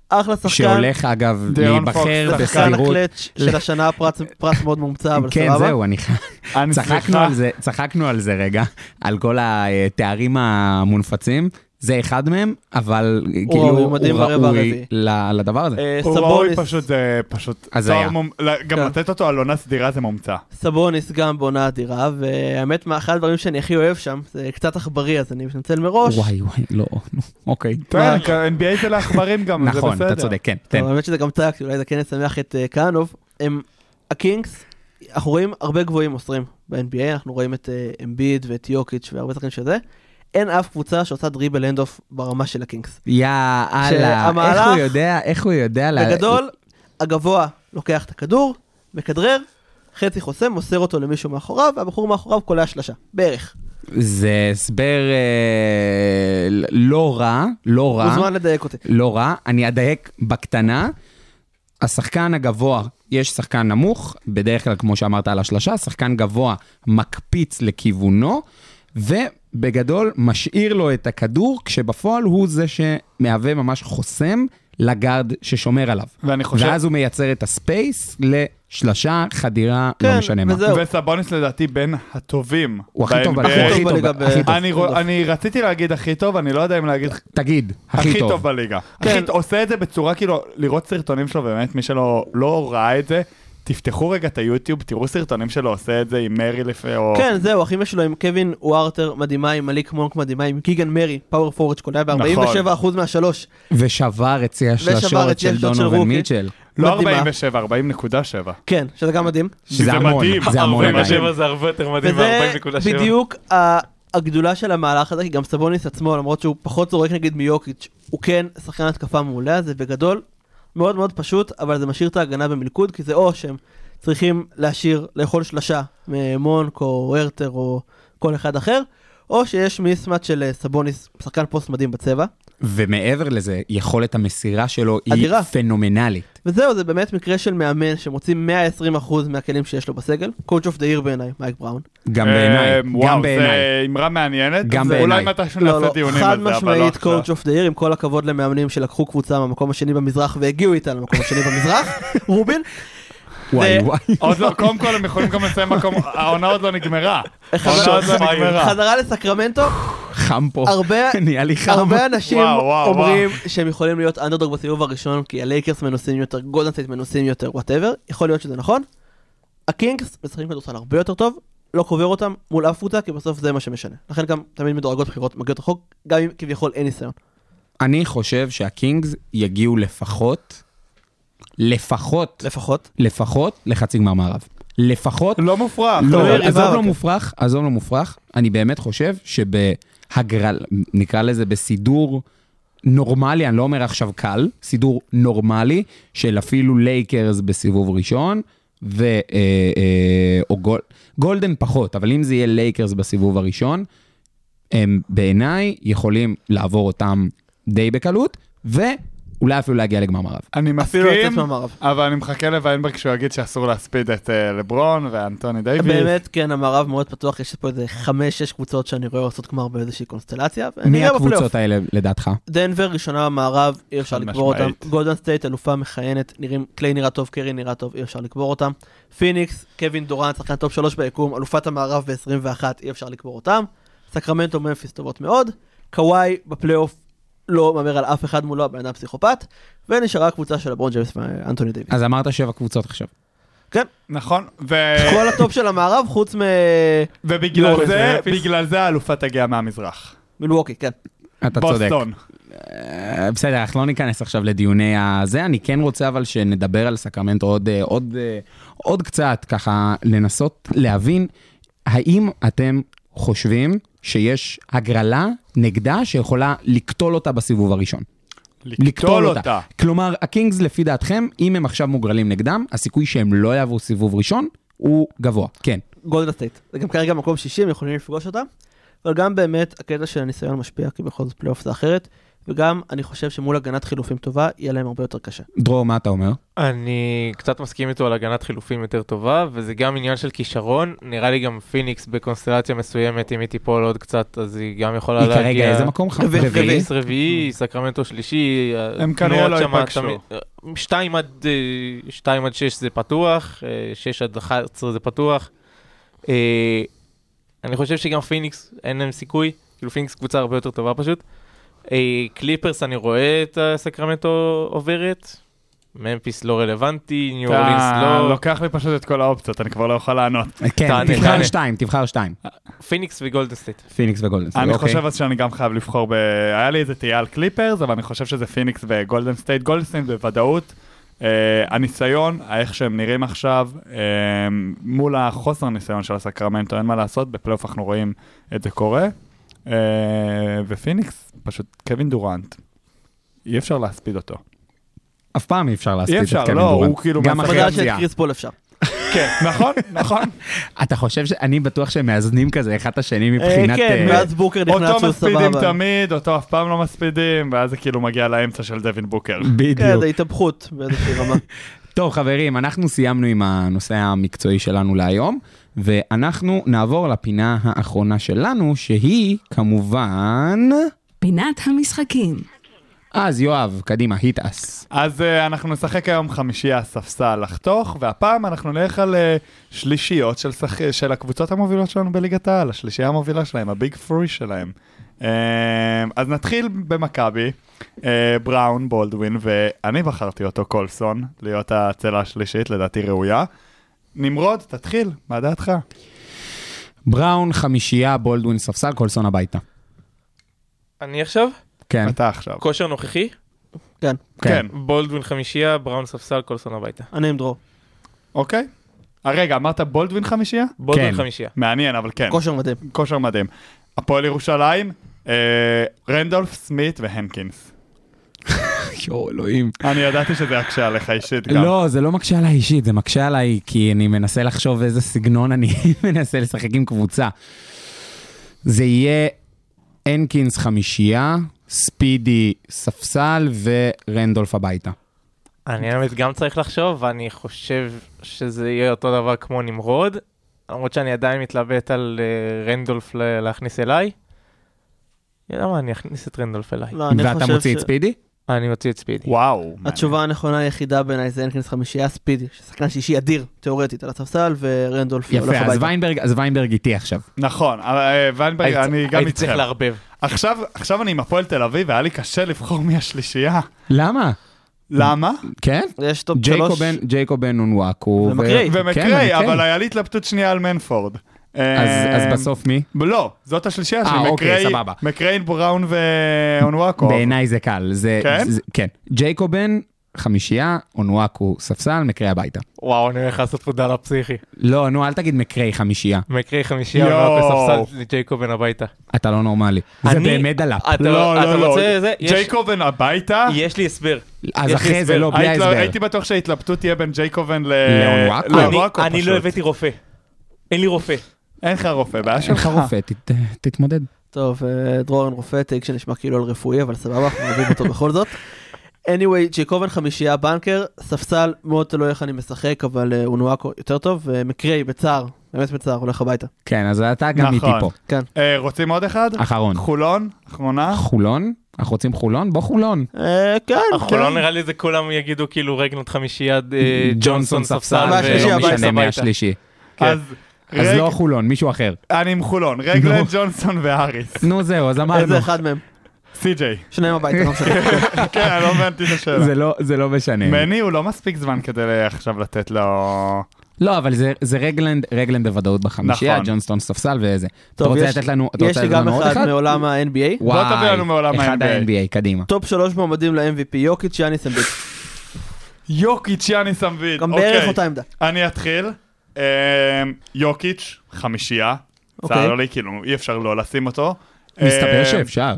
G: אחלה שחקן.
D: שהולך אגב
E: דארון פוקס,
D: להיבחר
G: שחקן
D: בסבירות.
G: הקלאץ' של השנה פרס, פרס מאוד מומצא, אבל
D: כן,
G: סבבה.
D: זהו, אני חי-
E: אני
D: צחקנו
E: סליחה.
D: על זה, צחקנו על זה רגע, על כל התארים המונפצים. זה אחד מהם, אבל כאילו
G: ראוי,
D: הוא
G: מדהים ברבע
D: ראוי
G: הרביעי.
D: ל- לדבר הזה.
G: אה,
E: הוא ראוי
G: סבוניס,
E: פשוט, זה פשוט...
D: הזיה.
E: תואר מומ- לא, גם
G: כן.
E: לתת אותו על עונה סדירה זה מומצא.
G: סבוניס גם בעונה אדירה, והאמת, מה- אחד הדברים שאני הכי אוהב שם, זה קצת עכברי, אז אני מתנצל מראש.
D: וואי וואי, לא, נו, אוקיי.
E: כן, NBA זה לעכברים גם, זה בסדר.
D: נכון, אתה צודק, כן, תן.
G: אבל האמת שזה גם טקט, אולי זה כן ישמח את אה, כהנוב. הם, הקינגס, אנחנו רואים הרבה גבוהים מוסרים ב-NBA, אנחנו רואים את אה, אמביד ואת יוקיץ' והרבה שחקנים שזה. אין אף קבוצה שעושה דריבל אנד אוף ברמה של הקינגס.
D: יאללה, איך
G: שהמהלך-
D: הוא יודע, איך הוא יודע, לה-
G: בגדול, הגבוה לוקח את הכדור, מכדרר, חצי חוסם, מוסר אותו למישהו מאחוריו, והבחור מאחוריו קולע שלשה, בערך.
D: זה הסבר אה, לא רע, לא רע.
G: מוזמן לדייק אותי.
D: לא רע, אני אדייק בקטנה. השחקן הגבוה, יש שחקן נמוך, בדרך כלל, כמו שאמרת על השלשה, שחקן גבוה מקפיץ לכיוונו, ובגדול משאיר לו את הכדור, כשבפועל הוא זה שמהווה ממש חוסם לגארד ששומר עליו.
E: ואני חושב...
D: ואז הוא מייצר את הספייס לשלשה, חדירה,
G: כן,
D: לא משנה מה.
G: וזה- זהו.
E: וסבוניס לדעתי בין הטובים.
D: הוא הכי טוב,
E: ב-NBA.
D: בליגה, הכי טוב,
G: בליגה ב-
D: הכי טוב.
E: אני רוא- אני רציתי להגיד הכי טוב, אני לא יודע אם להגיד
D: תגיד,
E: הכי טוב בליגה.
G: כן.
E: הכי- עושה את זה בצורה כאילו, לראות סרטונים שלו, באמת, מי שלא לא ראה את זה, תפתחו רגע את היוטיוב, תראו סרטונים שלו עושה את זה עם מרי לפי, או...
G: כן, זהו, הכימיה שלו עם קווין ווארטר מדהימה, עם מליק מונק מדהימה, עם קיגן מרי, פאוור פורד שקולע ב-47% מהשלוש.
D: ושבר את צי
G: ושבר את
D: השלשות
G: צי
D: של
G: השלשות של
D: דונובל
G: רוקי.
D: מיטשל.
E: לא
G: מדהימה.
E: 47, 40.7.
G: כן, שזה גם מדהים.
D: שזה
E: זה
D: המון,
E: מדהים.
D: זה המון
E: ארבעים
D: עדיין.
E: ושבע.
F: 47 זה הרבה יותר מדהים,
G: וזה
F: 40.7.
G: בדיוק ה- הגדולה של המהלך הזה, כי גם סבוניס עצמו, למרות שהוא פחות זורק נגיד מיוקיץ', הוא כן שחקן התקפה מעולה, זה בגדול מאוד מאוד פשוט, אבל זה משאיר את ההגנה במלכוד, כי זה או שהם צריכים להשאיר לאכול שלשה ממונק או הרטר או כל אחד אחר, או שיש מיסמט של אה, סבוניס, שחקן פוסט מדהים בצבע.
D: ומעבר לזה, יכולת המסירה שלו היא
G: אדירה.
D: פנומנלית.
G: וזהו, זה באמת מקרה של מאמן שמוציא 120% מהכלים שיש לו בסגל. קואוצ' אוף דה עיר בעיניי, מייק בראון.
D: גם בעיניי,
E: אמ,
D: גם
E: וואו,
D: בעיניי.
E: זה אמרה מעניינת.
D: גם
E: אולי
D: בעיניי.
E: מתישהו
G: לא,
E: נעשה
G: לא,
E: דיונים
G: חד
E: על זה, אבל לא
G: משמעית
E: עכשיו.
G: קואוצ' אוף דה עיר, עם כל הכבוד למאמנים שלקחו קבוצה מהמקום השני במזרח והגיעו איתה למקום השני במזרח, רובין.
D: וואי
G: זה-
D: וואי.
E: עוד לא, קודם כל הם יכולים גם לסיים מקום, העונה עוד לא נגמרה. העונה עוד לא נגמרה.
G: חזרה לסקרמנטו,
D: חם פה,
G: הרבה-
D: נהיה לי חם.
G: הרבה אנשים
E: וואו, וואו,
G: אומרים שהם יכולים להיות אנדרדוג בסיבוב הראשון כי הלייקרס מנוסים יותר, גולדנסייט מנוסים יותר, וואטאבר, יכול להיות שזה נכון. הקינגס משחקים כדורסל הרבה יותר טוב, לא קובר אותם מול אף קבוצה כי בסוף זה מה שמשנה. לכן גם תמיד מדורגות בחירות מגיעות רחוק, גם אם כביכול אין ניסיון.
D: אני חושב שהקינגס יגיעו לפחות, לפחות,
G: לפחות.
D: לפחות לחצי גמר מערב. לפחות,
E: לא מופרך.
D: לא,
G: לא,
D: עזוב
G: הבנתי.
D: לא מופרך, עזוב לא מופרך, אני באמת חושב שבהגרל, נקרא לזה בסידור נורמלי, אני לא אומר עכשיו קל, סידור נורמלי של אפילו לייקרס בסיבוב ראשון, ו... אה, אה, או גול, גולדן פחות, אבל אם זה יהיה לייקרס בסיבוב הראשון, הם בעיניי יכולים לעבור אותם די בקלות, ואולי אפילו להגיע לגמר מערב.
E: אני
G: אפילו לצאת
E: מסכים,
G: מהמערב.
E: אבל אני מחכה לוויינברג שהוא יגיד שאסור להספיד את אה, לברון ואנטוני דיוויס.
G: באמת, כן, המערב מאוד פתוח, יש פה איזה חמש-שש קבוצות שאני רואה עושות גמר באיזושהי קונסטלציה.
D: מי
G: ונראה בפלייאוף.
D: הקבוצות האלה לדעתך?
G: דנבר ראשונה במערב, אי אפשר
E: חד
G: לקבור אותם.
E: משמעית.
G: גולדן סטייט, אלופה מכהנת, נראים, קליי נראה טוב, קרי נראה טוב, אי אפשר לקבור אותם. פיניקס, קווין דורנט, שחקן טופ שלוש ביקום, אלופת המערב ב-21, אי אפשר לקבור אותם. סקרמנטו ממפיס טובות מאוד. קוואי בפלייאוף לא מהמר על אף אחד מולו, הבן אדם פסיכופת. ונשארה הקבוצה של לברון ג'יימס ואנטוני דיוויד.
D: אז אמרת שבע קבוצות עכשיו.
E: נכון, ו...
G: כל הטופ של המערב חוץ
E: ובגלל
G: לא,
E: זה,
G: זה
E: בגלל זה האלופה תגיע מהמזרח.
G: ממילווקי, כן.
D: אתה צודק.
E: בוסטון.
D: אה, בסדר, אנחנו לא ניכנס עכשיו לדיוני הזה, אני כן רוצה אבל שנדבר על סקרמנטו עוד, אה, עוד, אה, עוד קצת, ככה לנסות להבין, האם אתם חושבים שיש הגרלה נגדה שיכולה לקטול אותה בסיבוב הראשון?
E: לקטול אותה.
D: כלומר, הקינגס לפי דעתכם, אם הם עכשיו מוגרלים נגדם, הסיכוי שהם לא יעברו סיבוב ראשון הוא גבוה, כן.
G: גולדן סטייט. זה גם כרגע מקום 60, יכולים לפגוש אותם. אבל גם באמת, הקטע של הניסיון משפיע, כי בכל זאת פלייאוף זה אחרת. וגם, אני חושב שמול הגנת חילופים טובה, יהיה להם הרבה יותר קשה.
D: דרור, מה אתה אומר?
F: אני קצת מסכים איתו על הגנת חילופים יותר טובה, וזה גם עניין של כישרון. נראה לי גם פיניקס בקונסטלציה מסוימת, אם היא תיפול עוד קצת, אז היא גם יכולה
D: היא
F: להגיע...
D: כרגע איזה מקום? ח-
G: רביעי.
D: רביעי?
F: פיניקס רביעי, סקרמנטו שלישי.
E: הם כנראה
F: התנועות
E: לא
F: שמה
E: ייפגשו.
F: תמיד- שתיים עד, אה, שתיים עד שש זה פתוח, אה, שש עד 11 זה פתוח. אה, אני חושב שגם פיניקס, אין להם סיכוי. כאילו פיניקס קבוצה הרבה יותר טובה פשוט. אה, קליפרס, אני רואה את אה, סקרמנטו עוברת. ממפיס לא רלוונטי, ניו אורלינס
E: אתה
F: לא.
E: לוקח לי פשוט את כל האופציות, אני כבר לא אוכל לענות.
D: כן,
F: תענה,
D: תבחר
F: תענה.
D: שתיים, תבחר שתיים.
F: פיניקס וגולדנסטייט.
D: פיניקס אוקיי. וגולדנסטייט,
E: אני חושב אז שאני גם חייב לבחור ב... היה לי איזה תהייה על קליפרס, אבל אני חושב שזה פיניקס וגולדן סטייט. גולדן סטייט בוודאות. אה, הניסיון, איך שהם נראים עכשיו, אה, מול החוסר ניסיון של הסקרמנטו, אין מה לעשות, בפלייאוף אנחנו רואים את זה קורה. אה, ופיניקס, פשוט קווין דורנט. אי אפשר להספיד אותו.
D: אף פעם אי אפשר להספיד את
E: אפשר,
D: קווין
E: לא,
D: דורנט.
E: הוא כאילו
D: אוקיי, גם
E: משחק
D: אחרי
G: בגלל של
D: הפציעה.
G: קריס פול אפשר.
E: כן, נכון, נכון.
D: אתה חושב ש... אני בטוח שהם מאזנים כזה אחד את השני מבחינת...
G: כן,
D: אה,
G: ואז בוקר נכנס
E: אותו
G: שהוא
E: מספידים
G: סבבה.
E: תמיד, אותו אף פעם לא מספידים, ואז זה כאילו מגיע לאמצע של דווין בוקר.
G: כן,
D: בדיוק.
G: זה התהפכות באיזושהי רמה.
D: טוב, חברים, אנחנו סיימנו עם הנושא המקצועי שלנו להיום, ואנחנו נעבור לפינה האחרונה שלנו, שהיא כמובן...
C: פינת המשחקים.
D: אז יואב, קדימה, hit us.
E: אז אה, אנחנו נשחק היום חמישי הספסל לחתוך, והפעם אנחנו נלך על אה, שלישיות של, שח... של הקבוצות המובילות שלנו בליגת העל, השלישייה המובילה שלהם, הביג פרי שלהם. אה, אז נתחיל אמ, במכבי. אה, בראון, בולדווין, ואני בחרתי אותו, קולסון, להיות הצלע השלישית, לדעתי ראויה. נמרוד, תתחיל, מה דעתך?
D: בראון, חמישייה, בולדווין, ספסל, קולסון הביתה.
F: אני עכשיו?
D: כן,
E: אתה עכשיו.
F: כושר נוכחי?
G: כן,
E: אוקיי.
D: כן.
E: כן,
F: בולדווין חמישייה, בראון ספסל, קולסון הביתה.
G: אני עם דרור.
E: אוקיי. אה, רגע, אמרת בולדווין חמישייה?
F: בולדווין
D: כן.
F: חמישייה.
E: מעניין, אבל כן.
G: כושר מדהים.
D: אוקיי.
E: כושר מדהים. הפועל ירושלים, אה, רנדולף, סמית והנקינס.
D: יואו, אלוהים.
E: אני ידעתי שזה יקשה עליך אישית גם.
D: לא, זה לא מקשה עליי אישית, זה מקשה עליי כי אני מנסה לחשוב איזה סגנון אני מנסה לשחק עם קבוצה. זה יהיה הנקינס חמישייה, ספידי ספסל ורנדולף הביתה.
F: אני האמת גם צריך לחשוב, ואני חושב שזה יהיה אותו דבר כמו נמרוד, למרות שאני עדיין מתלבט על אה, רנדולף ל- להכניס אליי. יודע מה, אני אכניס את רנדולף אליי.
G: לא, אני
D: ואתה
G: חושב
D: מוציא את
G: ש-
D: ספידי?
F: אני מוציא את ספידי.
E: וואו.
G: התשובה הנכונה היחידה בעיניי זה הנקינס חמישייה ספידי, ששחקן שישי אדיר, תיאורטית, על הספסל, ורנדולף לא, הולך
D: יפה, אז
G: הביתה.
D: ויינברג- אז ויינברג איתי עכשיו.
E: נכון, אבל, אה, ויינברג,
F: הייתי-
E: אני גם
F: הייתי צריך
E: איתכם.
F: לערבב.
E: עכשיו עכשיו אני עם הפועל תל אביב, והיה לי קשה לבחור מהשלישייה.
D: למה?
E: למה?
D: כן?
G: יש טופ
D: ג'ייקוב
G: שלוש,
D: בן- ג'ייקוב בן אונוואקו. ו-
G: ומקריי.
D: כן,
E: ומקריי,
D: ומקריי.
E: אבל היה לי התלבטות שנייה על מנפורד.
D: אז אז
E: אה,
D: בסוף מי?
E: לא, זאת השלישייה שלי,
D: אה, אוקיי,
E: מקריי,
D: סבבה.
E: מקריי, בראון ואונוואקו.
D: בעיניי זה קל. זה-
E: כן?
D: זה- כן. ג'ייקובן, חמישייה, אונוואקו, ספסל, מקרי הביתה.
F: וואו, אני הולך לעשות פה דלה פסיכי.
D: לא, נו, אל תגיד מקרי חמישייה.
F: מקרי חמישייה,
E: יואו.
F: אונואק בספסל, ג'ייקובן הביתה.
D: אתה לא נורמלי. זה
F: אני- אה,
D: באמת דלאפ.
F: אתה-
E: לא,
F: אתה
E: לא, לא,
F: רוצה זה? יש-
E: ג'ייקובן הביתה?
F: יש לי הסבר. יש
D: אז
F: לי
D: אחרי זה
F: הסבר.
D: לא, בלי
E: היית-
D: ההסבר.
E: הייתי בטוח שההתלבטות תהיה בין ג'ייקובן ל-
D: לאונוואקו?
E: לאונוואקו
F: אני- אני
E: פשוט.
F: לא הבאתי רופא. אין לי רופא.
E: אין לך רופא, בעיה
D: אין לך
E: שלך.
D: רופא, תת- תתמודד.
G: טוב, אה, דרורן רופא, טייק שנשמע כאילו על רפואי, אבל סבבה, אנחנו נביא אותו בכל זאת. anyway, ג'ייקובן חמישייה בנקר, ספסל, מאוד תלוי איך אני משחק, אבל אה, אונואקו יותר טוב, ומקריי, בצער, באמת בצער, הולך הביתה.
D: כן, אז אתה גם איתי
E: נכון.
D: פה.
E: אה, רוצים עוד אחד?
D: אחרון.
E: חולון, אחרונה.
D: חולון? אנחנו רוצים חולון? בוא חולון.
G: אה, כן,
F: אנחנו לא נראה לי זה כולם יגידו כאילו רגנות חמישייה, אה, ג'ונסון ספסל,
G: והשלישי
D: לא
F: ולא
G: הביתה.
D: משנה
F: משנה
D: מי
F: הביתה.
D: השלישי.
E: אז
D: אז
E: רג-
D: לא חולון, מישהו אחר.
E: אני עם חולון, רגלן,
D: נו.
E: ג'ונסון והאריס.
D: נו זהו, אז אמרנו.
G: איזה אחד מהם?
E: סי.ג'יי.
G: שניהם הביתה, לא משנה.
E: כן, אני לא הבנתי את השאלה.
D: זה לא- זה לא משנה.
E: מני הוא לא מספיק זמן כדי ל- עכשיו לתת לו...
D: לא, אבל זה- זה רגלנד, רגלנד בוודאות בחמישייה,
E: נכון.
D: ג'ונסטון ספסל וזה. אתה
G: טוב,
D: רוצה
G: יש-
D: לתת לנו אתה
G: יש
D: רוצה
G: לי
D: לתת
G: גם
D: לנו עוד
G: אחד
D: אחד?
G: מעולם ה-NBA.
D: וואי,
E: תביא לנו מעולם
D: אחד
E: ה-
D: ה-NBA, קדימה.
G: טופ שלוש מועמדים ל-MVP, יוקיץ', יאניס אמביט.
E: יוקיץ' יאניס אמביד.
G: גם
E: אוקיי.
G: בערך אותה עמדה.
E: אני אתחיל. אמ, יוקיץ', חמישייה.
G: אוקיי.
E: צר לי, כאילו, אי אפשר לא לשים אותו.
D: מסתבר
E: אמ,
D: שאפשר,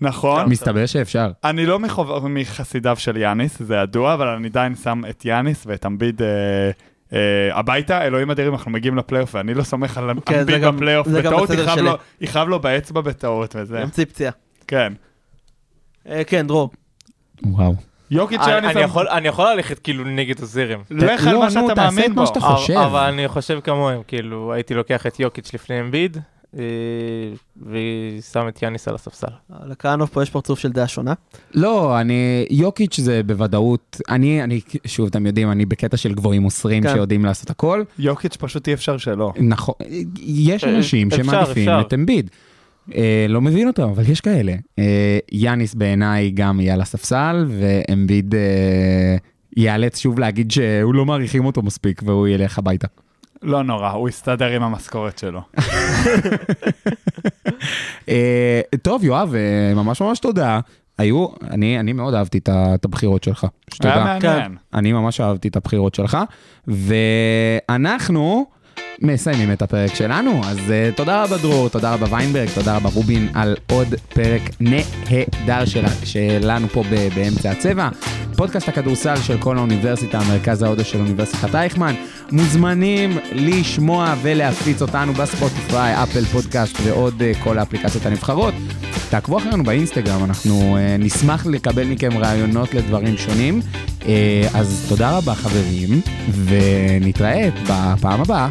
E: נכון.
D: מסתבר שאפשר.
E: אני לא מחוב... מחסידיו של יאניס, זה ידוע, אבל אני עדיין שם את יאניס ואת אמביד אה, אה, הביתה. אלוהים אדירים, אנחנו מגיעים לפלייאוף, ואני לא סומך על
G: כן, זה
E: אמביד
G: גם-
E: בפלייאוף.
G: זה גם
E: בטעות
G: בסדר
E: יכאב
G: שלי.
E: לו- יכאב לו באצבע בטעות וזה.
G: אמצעי פציעה.
E: כן.
G: אה, כן, דרור.
D: וואו.
E: יוקיץ'
F: אני-
E: יאניס...
F: אני יכול- אני יכול ללכת כאילו נגד הזרם.
E: לך על
D: לא,
E: מה
D: נו,
E: שאתה
D: תעשה
E: מאמין
D: את מה
E: בו.
D: שאתה
F: אבל-
D: חושב.
F: אבל אני חושב כמוהם, כאילו, הייתי לוקח את יוקיץ' לפני אמביד, אה, ושם את יאניס על הספסל.
G: לכהנוף פה יש פרצוף של דעה שונה.
D: לא, אני, יוקיץ' זה בוודאות, אני, אני, שוב, אתם יודעים, אני בקטע של גבוהים מוסרים
G: כן.
D: שיודעים לעשות הכל.
E: יוקיץ' פשוט אי אפשר שלא.
D: נכון, יש
F: אה,
D: אנשים
F: אפשר,
D: שמעדיפים
F: אפשר.
D: את אמביד. אה, לא מבין אותו, אבל יש כאלה. אה, יאניס בעיניי גם יהיה על הספסל, ואמביד אה, ייאלץ שוב להגיד שהוא לא מעריכים אותו מספיק, והוא ילך הביתה.
E: לא נורא, הוא יסתדר עם המשכורת שלו.
D: אה, טוב, יואב, אה, ממש ממש תודה. היו, אני, אני מאוד אהבתי את ה- את הבחירות שלך. שתדע. כן.
E: היה מעניין.
D: אני ממש אהבתי את הבחירות שלך, ואנחנו מסיימים את הפרק שלנו, אז uh, תודה רבה דרור, תודה רבה ויינברג, תודה רבה רובין על עוד פרק נהדר של, שלנו פה ב, באמצע הצבע. פודקאסט הכדורסל של כל האוניברסיטה, מרכז ההודו של אוניברסיטת אייכמן. מוזמנים לשמוע ולהפיץ אותנו בספוטיפיי, אפל פודקאסט ועוד אה, כל האפליקציות הנבחרות. תעקבו אחרינו באינסטגרם, אנחנו אה, נשמח לקבל מכם רעיונות לדברים שונים. אה, אז תודה רבה חברים, ונתראה בפעם הבאה.